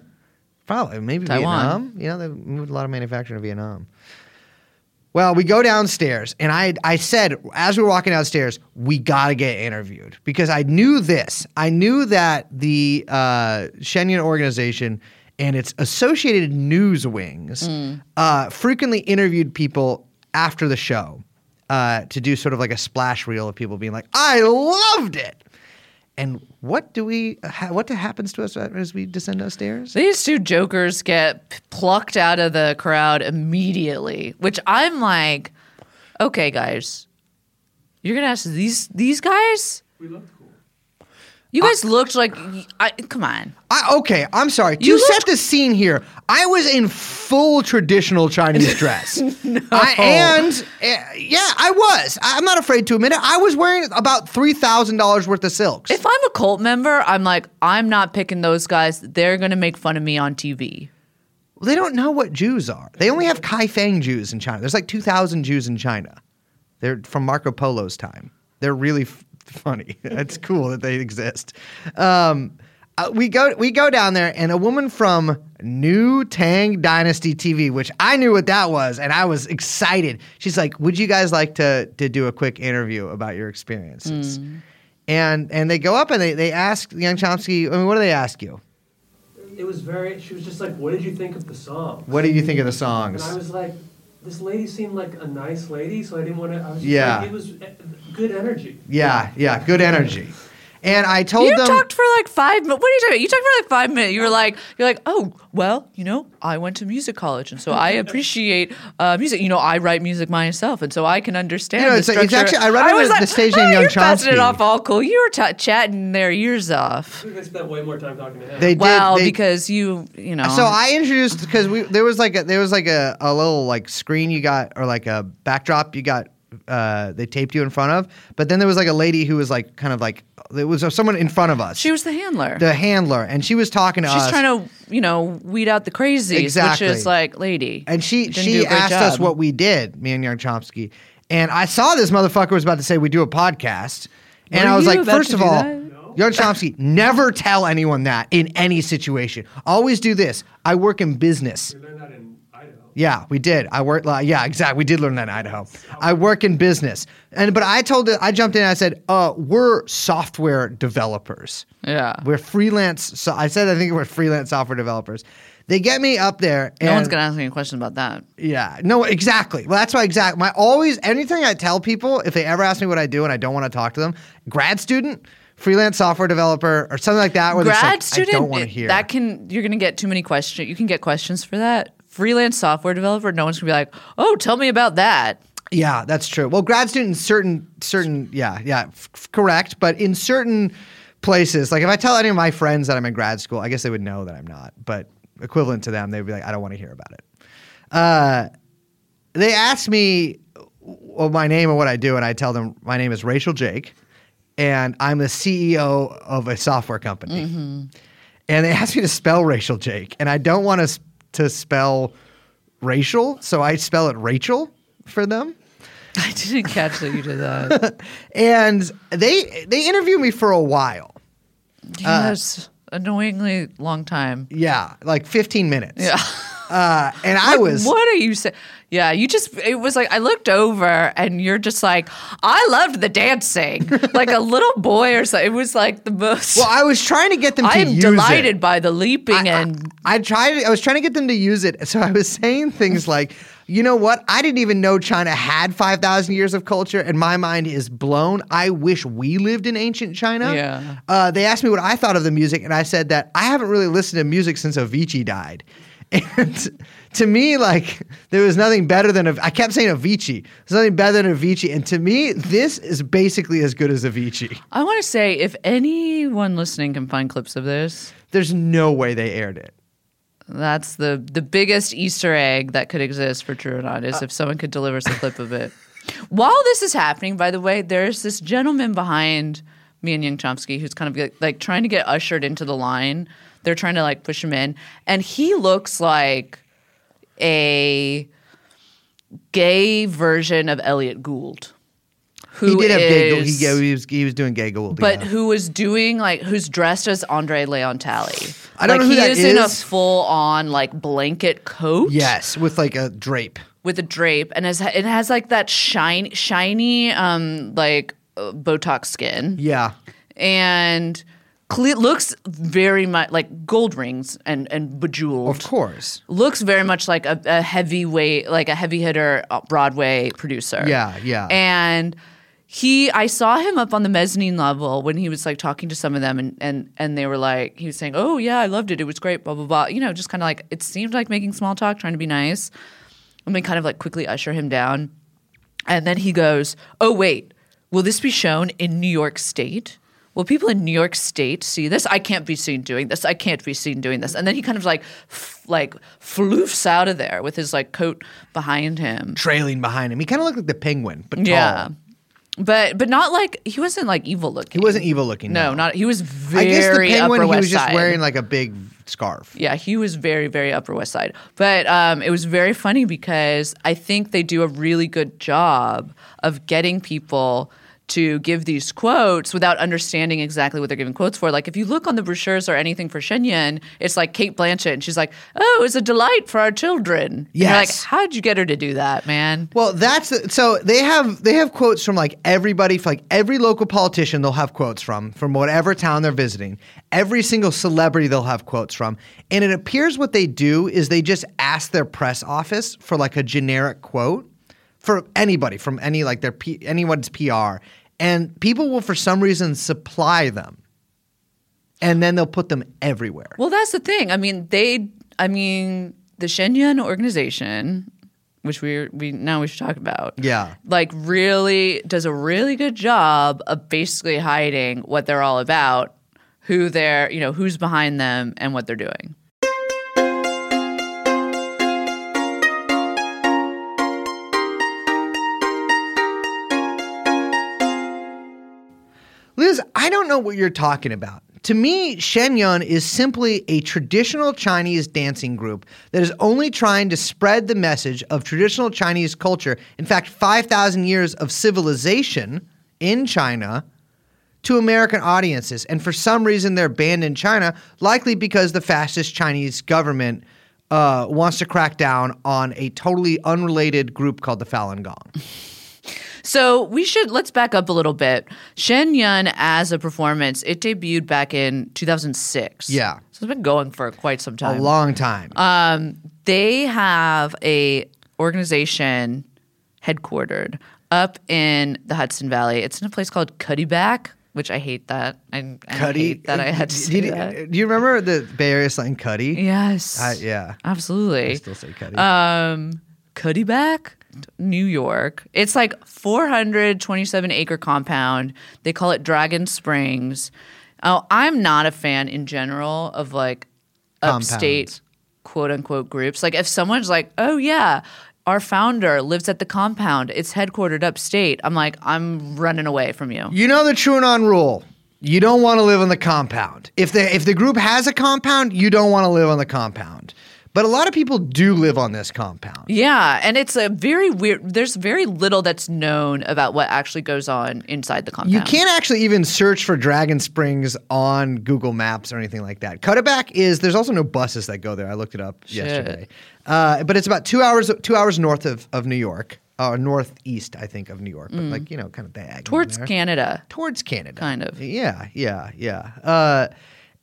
Speaker 2: Probably, maybe
Speaker 1: Taiwan.
Speaker 2: Vietnam. You know, they moved a lot of manufacturing to Vietnam. Well, we go downstairs, and I I said as we were walking downstairs, we gotta get interviewed because I knew this. I knew that the uh, Shenyang organization and its associated news wings uh, frequently interviewed people after the show uh, to do sort of like a splash reel of people being like, "I loved it." And what do we? Ha- what happens to us as we descend those stairs?
Speaker 1: These two jokers get p- plucked out of the crowd immediately, which I'm like, okay, guys, you're gonna ask these these guys?
Speaker 3: We looked cool.
Speaker 1: You guys looked like, y- I, come on,
Speaker 2: I, okay, I'm sorry. To
Speaker 1: You looked-
Speaker 2: set the scene here, I was in full
Speaker 1: [laughs]
Speaker 2: traditional Chinese dress. I, and uh, yeah, I was. I, I'm not afraid to admit it. I was wearing about three thousand dollars worth of silks.
Speaker 1: If I'm a cult member, I'm like, I'm not picking those guys. They're going to make fun of me on TV.
Speaker 2: they don't know what Jews are. They only have Kaifeng Jews in China. There's like two thousand Jews in China. They're from Marco Polo's time. They're really f- funny. [laughs] it's cool that they exist. Um, uh, we go we go down there, and a woman from New Tang Dynasty TV, which I knew what that was, and I was excited. She's like, "Would you guys like to to do a quick interview about your experiences?" And and they go up and they they ask Young Chomsky. I mean, what do they ask you?
Speaker 3: It was very. She was just like, "What did you think of the song?"
Speaker 2: What do you think of the
Speaker 3: And
Speaker 2: songs?
Speaker 3: I was like, "This lady seemed like a nice lady, so I didn't want to." I was just
Speaker 2: Yeah.
Speaker 3: Like, it was eh, good energy.
Speaker 2: Yeah, yeah, good energy. And I told
Speaker 1: You
Speaker 2: them
Speaker 1: talked for like five minutes. What are you talking about? You talked for like five minutes. You were like, you're like, oh, well, you know, I went to music college, and so
Speaker 2: [laughs]
Speaker 1: I appreciate uh, music. You know, I write music myself, and so I can understand.
Speaker 2: You know,
Speaker 1: the
Speaker 2: it's- it's
Speaker 1: structure.
Speaker 2: actually- I read it
Speaker 1: was
Speaker 2: with the stage name
Speaker 1: oh,
Speaker 2: Young
Speaker 1: you're passing it
Speaker 2: Chomsky.
Speaker 1: off all cool. You were ta chatting their ears off.
Speaker 3: I think I spent way more time talking to him.
Speaker 2: they did
Speaker 1: Well,
Speaker 2: they-
Speaker 1: because you, you know.
Speaker 2: so I introduced because we there was like a there was like a, a little like screen you got or like a backdrop you got uh they taped you in front of but then there was like a lady who was like kind of like there was someone in front of us
Speaker 1: she was the handler.
Speaker 2: the handler and she was talking to
Speaker 1: She's
Speaker 2: us
Speaker 1: trying to, you know, weed out the crazies,
Speaker 2: Exactly.
Speaker 1: which is like, lady.
Speaker 2: and she
Speaker 1: you didn't do
Speaker 2: she
Speaker 1: a great
Speaker 2: asked us
Speaker 1: job.
Speaker 2: what we did me and Young Chomsky and I saw this motherfucker was about to say we do a podcast and
Speaker 1: Were
Speaker 2: I was
Speaker 1: you
Speaker 2: like
Speaker 1: about
Speaker 2: first
Speaker 1: to
Speaker 2: of
Speaker 1: do
Speaker 2: all
Speaker 1: that?
Speaker 2: [laughs] Young Chomsky, never tell anyone that in any situation. Always do this. I work in business.
Speaker 3: We learned that in Idaho.
Speaker 2: Yeah, we did. I worked. li- Yeah, exactly. We did learn that in Idaho. I work in business, and but I told it. I jumped in. and I said, "Uh, we're software developers.
Speaker 1: Yeah.
Speaker 2: we're freelance." So I said, "I think we're freelance software developers." They get me up there. And
Speaker 1: No one's gonna ask me a question about that.
Speaker 2: yeah. No, exactly. Well, that's why exactly. My always anything I tell people if they ever ask me what I do and I don't want to talk to them, grad student, freelance software developer, or something like that. Where it's
Speaker 1: Grad
Speaker 2: like,
Speaker 1: student,
Speaker 2: I don't want
Speaker 1: it-
Speaker 2: to hear
Speaker 1: that can you're gonna get too many questions. You can get questions for that. Freelance software developer, no one's gonna be like, oh, tell me about [laughs] that.
Speaker 2: Yeah, that's true. Well, grad students, certain, certain, yeah, yeah, f- f- correct. But in certain places, like if I tell any of my friends that I'm in grad school, I guess they would know that I'm not. But equivalent to them, they'd be like, I don't want to hear about it. Uh, they ask me well, my name and what I do, and I tell them my name is E Rachel Jake, and I'm the CEO of a software company. and they asked me to spell racial Jake, and I don't want to s- to spell racial, so I spell it Rachel for them.
Speaker 1: I didn't catch that you did [laughs] that.
Speaker 2: And they they interviewed me for a while.
Speaker 1: yes, annoyingly long time.
Speaker 2: Yeah, like 15 minutes.
Speaker 1: [laughs] Yeah.
Speaker 2: Uh, and I was
Speaker 1: What are you saying? Yeah, you just, it was like, I looked over and you're just like, I loved the [laughs] dancing. like a little boy or something. It was like the most.
Speaker 2: well, I was trying to get them to
Speaker 1: I am
Speaker 2: use
Speaker 1: delighted
Speaker 2: it.
Speaker 1: by the leaping and
Speaker 2: I, I tried I was trying to get them to use it. So I was [laughs] saying things like, "You know what? I didn't even know China had 5,000 years of culture and my mind is blown. I wish we lived in ancient China."
Speaker 1: Yeah.
Speaker 2: Uh, they asked me what I thought of the music and I said that I haven't really listened to music since Avicii died. [laughs] And to me, like there was nothing better than Av- I kept saying Avicii. There's nothing better than Avicii, and to me, this is basically as good as Avicii.
Speaker 1: I want to say if anyone listening can find clips of this,
Speaker 2: There's no way they aired it.
Speaker 1: that's the the biggest Easter egg that could exist for True or Not is if someone could deliver us a clip of it. Uh, [laughs] While this is happening, by the way, there's this gentleman behind me and Young Chomsky who's kind of like, like trying to get ushered into the line. They're trying to like push him in, and he looks like a gay version of Elliot Gould. Who
Speaker 2: he did have gay Gould.
Speaker 1: is-
Speaker 2: He, he was he was doing gay Gould.
Speaker 1: but
Speaker 2: yeah.
Speaker 1: who is doing like who's dressed as Andre Leon Talley.
Speaker 2: I don't
Speaker 1: like,
Speaker 2: know who
Speaker 1: he
Speaker 2: that
Speaker 1: is in a
Speaker 2: is.
Speaker 1: full on like blanket coat.
Speaker 2: yes, with like a drape.
Speaker 1: With a drape and has, it has like that shiny shiny um like uh, Botox skin
Speaker 2: Yeah,
Speaker 1: and cle- looks very much like gold rings and and bejeweled.
Speaker 2: of course.
Speaker 1: Looks very much like a, a heavyweight, like a heavy hitter uh, Broadway producer.
Speaker 2: Yeah, yeah.
Speaker 1: And he, I saw him up on the mezzanine level when he was like talking to some of them, and and and they were like, he was saying, "Oh yeah, I loved it. It was great." Blah blah blah. You know, just kind of like it seemed like making small talk, trying to be nice. And they kind of like quickly usher him down, and then he goes, "Oh wait, will this be shown in New York State?" Will people in New York State see this? I can't be seen doing this. I can't be seen doing this. And then he kind of like, f- like floofs out of there with his like coat behind him.
Speaker 2: Trailing behind him, he kind of looked like the penguin, but tall.
Speaker 1: Yeah. But but not like he wasn't like evil looking.
Speaker 2: He wasn't evil looking.
Speaker 1: No,
Speaker 2: no.
Speaker 1: not he was
Speaker 2: I
Speaker 1: very
Speaker 2: guess the penguin.
Speaker 1: upper
Speaker 2: He
Speaker 1: west
Speaker 2: was just
Speaker 1: side.
Speaker 2: wearing like a big scarf.
Speaker 1: yeah, he was very very upper west side. But um, it was very funny because I think they do a really good job of getting people to give these quotes without understanding exactly what they're giving quotes for. Like if you look on the brochures or anything for Shenyun, it's like Kate Blanchett and she's like, "Oh, it's a delight for our children." And you're
Speaker 2: Yes.
Speaker 1: like, how'd you get her to do that, man?
Speaker 2: Well, that's so they have they have quotes from like everybody, like every local politician they'll have quotes from from whatever town they're visiting. Every single celebrity they'll have quotes from, and it appears what they do is they just ask their press office for like a generic quote for anybody from any like their P, anyone's PR, and people will for some reason supply them, and then they'll put them everywhere.
Speaker 1: Well, that's the thing. I mean, they. I mean, the Shenyun organization, which we we now we should talk about.
Speaker 2: Yeah.
Speaker 1: like really does a really good job of basically hiding what they're all about, who they're, you know, who's behind them, and what they're doing.
Speaker 2: Liz, I don't know what you're talking about. To me, Shenyun is simply a traditional Chinese dancing group that is only trying to spread the message of traditional Chinese culture, in fact, 5,000 years of civilization in China, to American audiences. And for some reason, they're banned in China, likely because the fascist Chinese government uh, wants to crack down on a totally unrelated group called the Falun Gong.
Speaker 1: So we should let's back up a little bit. Shen Yun as a performance, it debuted back in 2006.
Speaker 2: Yeah.
Speaker 1: so it's been going for quite some time.
Speaker 2: A long time.
Speaker 1: Um, they have a organization headquartered up in the Hudson Valley. It's in a place called Cuddyback, which I hate that. I, I hate that I had to say
Speaker 2: uh, Did- did-
Speaker 1: that.
Speaker 2: Do you remember the Bay Area slang Cuddy?
Speaker 1: Yes.
Speaker 2: I- yeah.
Speaker 1: Absolutely.
Speaker 2: I still say Cuddy.
Speaker 1: Um, Cuddyback, New York. It's like 427 acre compound. They call it Dragon Springs. Oh, I'm not a fan in general of like upstate
Speaker 2: Compounds.
Speaker 1: quote unquote groups. Like if someone's like, "Oh yeah, our founder lives at the compound. It's headquartered upstate." I'm like, "I'm running away from you."
Speaker 2: you know the true and on rule. you don't want to live on the compound. If the if the group has a compound, you don't want to live on the compound. But a lot of people do live on this compound.
Speaker 1: Yeah, and it's a very weird. There's very little that's known about what actually goes on inside the compound.
Speaker 2: You can't actually even search for Dragon Springs on Google Maps or anything like that. Cutterback is there's also no buses that go there. I looked it up yesterday, uh, but it's about two hours two hours north of, of New York or northeast, I think, of New York, but like you know, kind of diagonal
Speaker 1: Mm. towards
Speaker 2: there.
Speaker 1: Canada.
Speaker 2: towards Canada.
Speaker 1: Kind of.
Speaker 2: Yeah, yeah, yeah. Uh,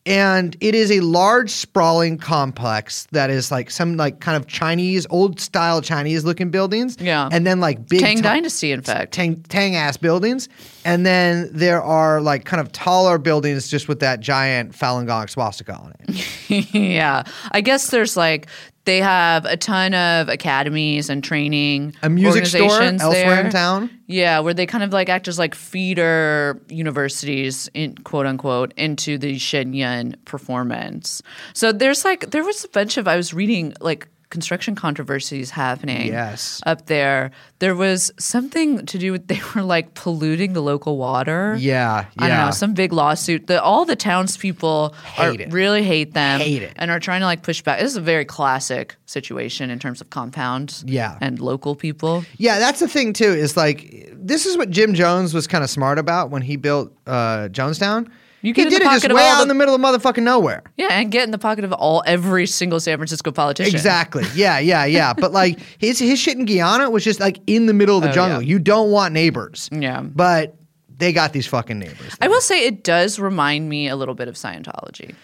Speaker 2: and it is a large, sprawling complex that is like some like kind of Chinese, old style Chinese looking buildings.
Speaker 1: Yeah.
Speaker 2: And then like big
Speaker 1: Tang
Speaker 2: ti-
Speaker 1: Dynasty, in fact.
Speaker 2: Tang, Tang ass buildings. And then there are like kind of taller buildings just with that giant Falun Gong swastika on it.
Speaker 1: [laughs] yeah, I guess there's like they have a ton of academies and training.
Speaker 2: A music store
Speaker 1: organizations
Speaker 2: elsewhere
Speaker 1: there.
Speaker 2: in town.
Speaker 1: Yeah, where they kind of like act as like feeder universities, in quote unquote, into the Shenyang performance. So there's like there was a bunch of I was reading like construction controversies happening.
Speaker 2: Yes.
Speaker 1: up there there was something to do with [laughs] they were like polluting the local water.
Speaker 2: Yeah,
Speaker 1: I don't
Speaker 2: yeah.
Speaker 1: know some big lawsuit. The, all the townspeople are,
Speaker 2: Hate it.
Speaker 1: really hate them.
Speaker 2: Hate it.
Speaker 1: and are trying to like push back. This is a very classic situation in terms of compounds.
Speaker 2: Yeah.
Speaker 1: and local people.
Speaker 2: Yeah, that's the thing too. Is like this is what Jim Jones was kind of smart about when he built uh, Jonestown.
Speaker 1: You get
Speaker 2: he
Speaker 1: in
Speaker 2: did
Speaker 1: the
Speaker 2: it just
Speaker 1: pocket of
Speaker 2: way
Speaker 1: all
Speaker 2: out
Speaker 1: the-
Speaker 2: in the middle of motherfucking nowhere.
Speaker 1: Yeah, and get in the pocket of all every single San Francisco politician.
Speaker 2: Exactly. Yeah,
Speaker 1: [laughs]
Speaker 2: yeah, yeah. but like his his shit in Guyana was just like in the middle of the
Speaker 1: Oh,
Speaker 2: jungle.
Speaker 1: yeah.
Speaker 2: You don't want neighbors.
Speaker 1: Yeah.
Speaker 2: But they got these fucking neighbors.
Speaker 1: I will say it does remind me a little bit of Scientology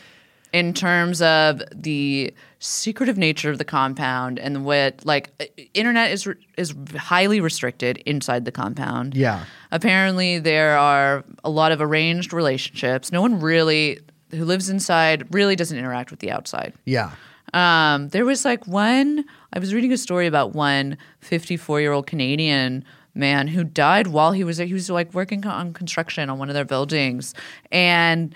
Speaker 1: in terms of the secretive nature of the compound and what like uh, internet is re- is highly restricted inside the compound.
Speaker 2: Yeah.
Speaker 1: Apparently there are a lot of arranged relationships. No one really who lives inside really doesn't interact with the outside.
Speaker 2: Yeah.
Speaker 1: Um, there was like one, I was reading a story about one 54 year old Canadian man who died while he was there. He was like working on construction on one of their buildings. And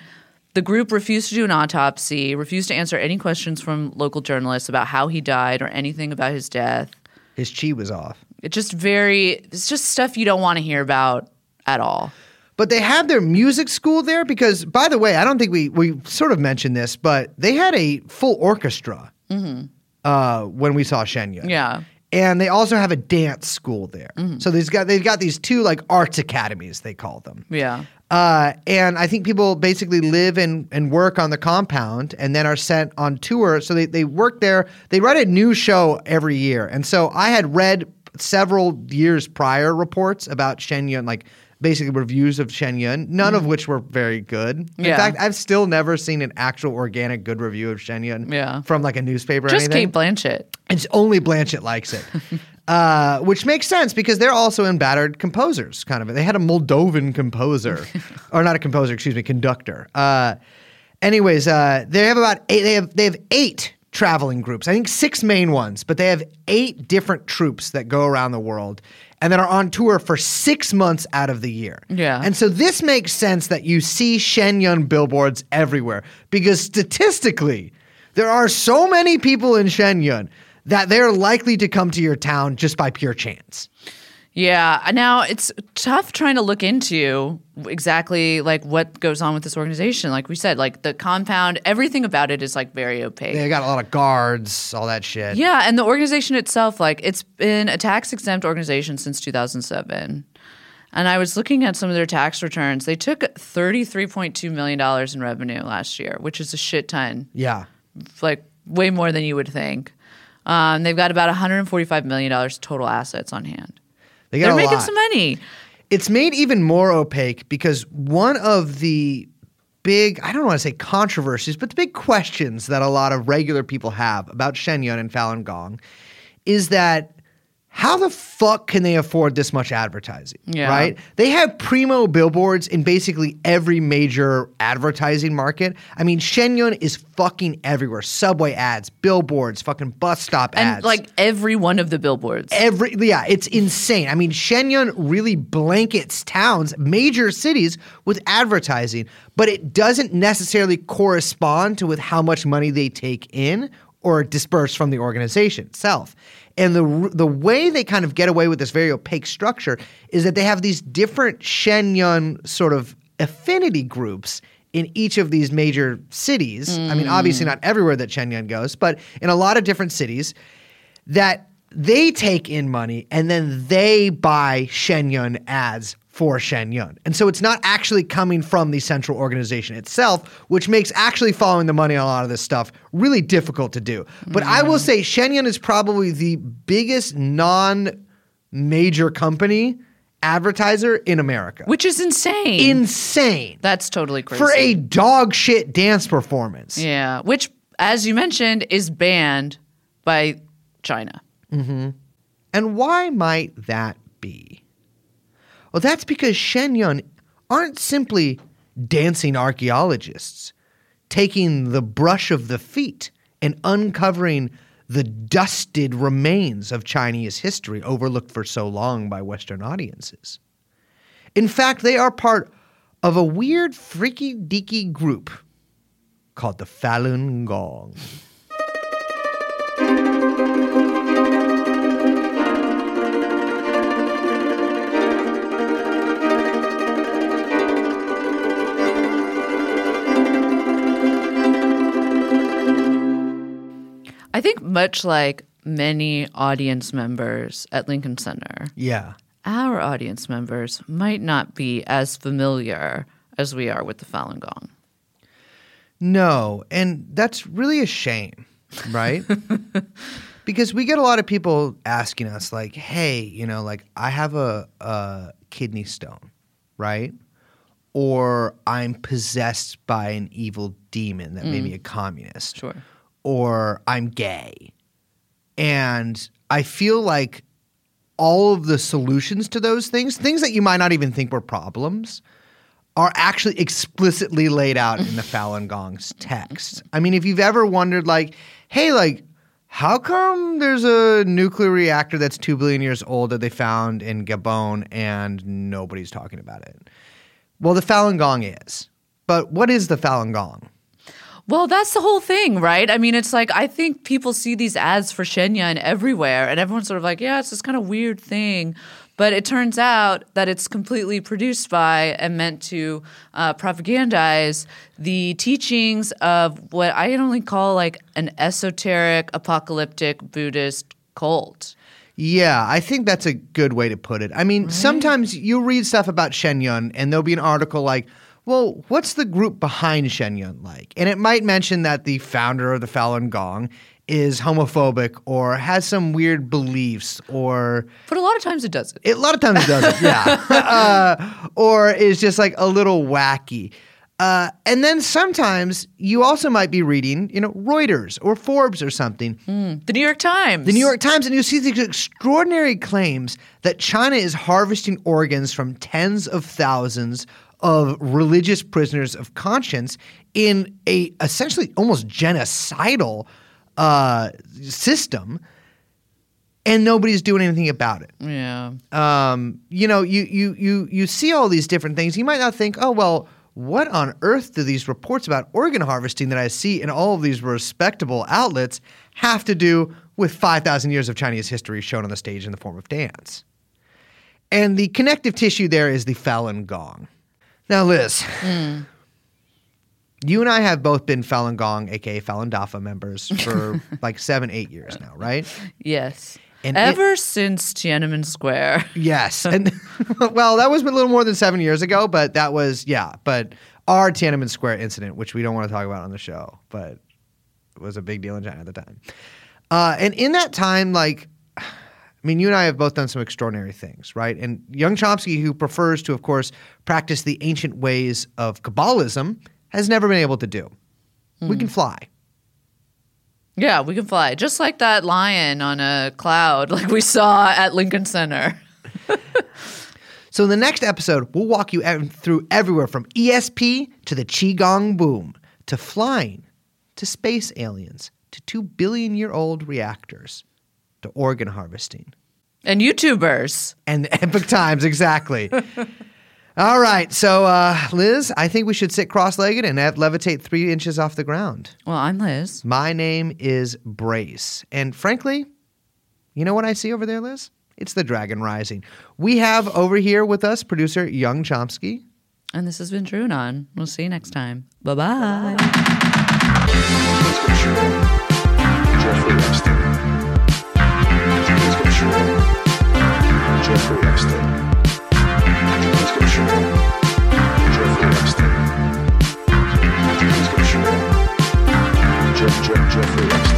Speaker 1: the group refused to do an autopsy, refused to answer any questions from local journalists about how he died or anything about his death.
Speaker 2: His chi was off.
Speaker 1: It's just very, it's just stuff you don't want to hear about at all.
Speaker 2: But they have their music school there because, by the way, I don't think we we sort of mentioned this, but they had a full orchestra
Speaker 1: Mm-hmm.
Speaker 2: uh, when we saw Shenya.
Speaker 1: Yeah.
Speaker 2: and they also have a dance school there.
Speaker 1: Mm-hmm.
Speaker 2: So they've got they've got these two like arts academies they call them.
Speaker 1: Yeah.
Speaker 2: Uh, and I think people basically live and, and work on the compound and then are sent on tour. So they, they work there. They write a new show every year. And so I had read several years prior reports about Shenyun, like basically reviews of Shenyun, none of which were very good. In
Speaker 1: Mm-hmm. Yeah.
Speaker 2: fact, I've still never seen an actual organic good review of Shenyun
Speaker 1: Yeah.
Speaker 2: from like a newspaper or
Speaker 1: Just
Speaker 2: anything.
Speaker 1: Kate Blanchett.
Speaker 2: It's only Blanchett likes it. Uh, which makes sense because they're also in battered composers, kind of. They had a Moldovan composer, or not a composer, excuse me, conductor. Uh, anyways, uh, they have about eight. They have they have eight traveling groups. I think six main ones, but they have eight different troops that go around the world and that are on tour for six months out of the year.
Speaker 1: Yeah.
Speaker 2: and so this makes sense that you see Shenyun billboards everywhere because statistically, there are so many people in Shenyun that they're likely to come to your town just by pure chance.
Speaker 1: Yeah. Now it's tough trying to look into exactly like what goes on with this organization. Like we said, like the compound, everything about it is like very opaque.
Speaker 2: They got a lot of guards, all that shit.
Speaker 1: yeah, and the organization itself, like it's been a tax exempt organization since 2007. And I was looking at some of their tax returns. They took $33.2 million in revenue last year, which is a shit ton
Speaker 2: Yeah.
Speaker 1: like way more than you would think. Um, they've got about 145 million dollars total assets on hand.
Speaker 2: They got
Speaker 1: They're
Speaker 2: a
Speaker 1: making
Speaker 2: lot.
Speaker 1: some money.
Speaker 2: It's made even more opaque because one of the big, I don't want to say controversies, but the big questions that a lot of regular people have about Shenyun and Falun Gong is that how the fuck can they afford this much advertising?
Speaker 1: Yeah.
Speaker 2: Right? They have primo billboards in basically every major advertising market. I mean, Shenyun is fucking everywhere. Subway ads, billboards, fucking bus stop
Speaker 1: and
Speaker 2: ads.
Speaker 1: like every one of the billboards.
Speaker 2: Every yeah, it's insane. I mean, Shenyun really blankets towns, major cities with advertising, but it doesn't necessarily correspond to with how much money they take in or disperse from the organization itself. And the r- the way they kind of get away with this very opaque structure is that they have these different Shenyun sort of affinity groups in each of these major cities. I mean, obviously not everywhere that Chen Yun goes, but in a lot of different cities that they take in money and then they buy Shen Yun ads for Shen Yun. And so it's not actually coming from the central organization itself, which makes actually following the money on a lot of this stuff really difficult to do. But I will say Shen Yun is probably the biggest non major company advertiser in America.
Speaker 1: which is insane.
Speaker 2: Insane.
Speaker 1: That's totally crazy.
Speaker 2: For a dog shit dance performance.
Speaker 1: yeah, which, as you mentioned, is banned by China.
Speaker 2: And why might that be? Well, that's because Shen Yun aren't simply dancing archaeologists taking the brush of the feet and uncovering the dusted remains of Chinese history overlooked for so long by Western audiences. In fact, they are part of a weird, freaky deaky group called the Falun Gong.
Speaker 1: I think much like many audience members at Lincoln Center,
Speaker 2: Yeah.
Speaker 1: our audience members might not be as familiar as we are with the Falun Gong.
Speaker 2: No, and that's really a shame, right? because we get a lot of people asking us, like, "Hey, you know, like I have a, a kidney stone, right? Or I'm possessed by an evil demon that made me a communist,
Speaker 1: Sure.
Speaker 2: or I'm gay, and I feel like all of the solutions to those things, things that you might not even think were problems, are actually explicitly laid out in the Falun Gong's text. I mean, if you've ever wondered, like, hey, like, how come there's a nuclear reactor that's two billion years old that they found in Gabon and nobody's talking about it? Well, the Falun Gong is. But what is the Falun Gong?
Speaker 1: Well, that's the whole thing, right? I mean, it's like I think people see these ads for Shenyang everywhere, and everyone's sort of like, "Yeah, it's this kind of weird thing," but it turns out that it's completely produced by and meant to uh, propagandize the teachings of what I only call like an esoteric, apocalyptic Buddhist cult.
Speaker 2: Yeah, I think that's a good way to put it. I mean, sometimes you read stuff about Shenyun and there'll be an article like, well, what's the group behind Shenyun like? And it might mention that the founder of the Falun Gong is homophobic or has some weird beliefs or
Speaker 1: But a lot of times it doesn't.
Speaker 2: it, a lot of times it doesn't, yeah. uh, or is just like a little wacky. Uh, and then sometimes you also might be reading, you know, Reuters or Forbes or something,
Speaker 1: Hmm. The New York Times.
Speaker 2: the New York Times, and you see these extraordinary claims that China is harvesting organs from tens of thousands of religious prisoners of conscience in a essentially almost genocidal uh, system, and nobody's doing anything about it
Speaker 1: Yeah.
Speaker 2: um, you know, you, you you you see all these different things. You might not think, oh well, what on earth do these reports about organ harvesting that I see in all of these respectable outlets have to do with five thousand years of Chinese history shown on the stage in the form of dance? And the connective tissue there is the Falun Gong. Now, Liz, you and I have both been Falun Gong, aka Falun Dafa members for like seven, eight years now, right?
Speaker 1: Yes.
Speaker 2: And it-
Speaker 1: Ever since Tiananmen Square. [laughs]
Speaker 2: Yes. And [laughs] well, that was a little more than seven years ago, but that was, yeah. But our Tiananmen Square incident, which we don't want to talk about on the show, but was a big deal in China at the time. Uh, and in that time, like, [sighs] I mean, you and I have both done some extraordinary things, right? And Young Chomsky, who prefers to, of course, practice the ancient ways of Kabbalism, has never been able to do. We can fly.
Speaker 1: Yeah, we can fly. Just like that lion on a cloud, [laughs] like we saw at Lincoln Center.
Speaker 2: So in the next episode, we'll walk you ev- through everywhere from ESP to the Qigong boom, to flying, to space aliens, to two billion year old reactors, to organ harvesting,
Speaker 1: And YouTubers.
Speaker 2: and [laughs] the epic times, exactly. All right, so uh, Liz, I think we should sit cross legged and have levitate three inches off the ground.
Speaker 1: Well, I'm Liz.
Speaker 2: My name is Brace. And frankly, you know what I see over there, Liz? It's the dragon rising. We have over here with us producer Young Chomsky.
Speaker 1: And this has been Drew and On. We'll see you next time. Bye bye.
Speaker 5: Jeffrey Epstein. Jeffrey Epstein. Jeffrey Epstein. Jeff, Jeff, Jeffrey Epstein.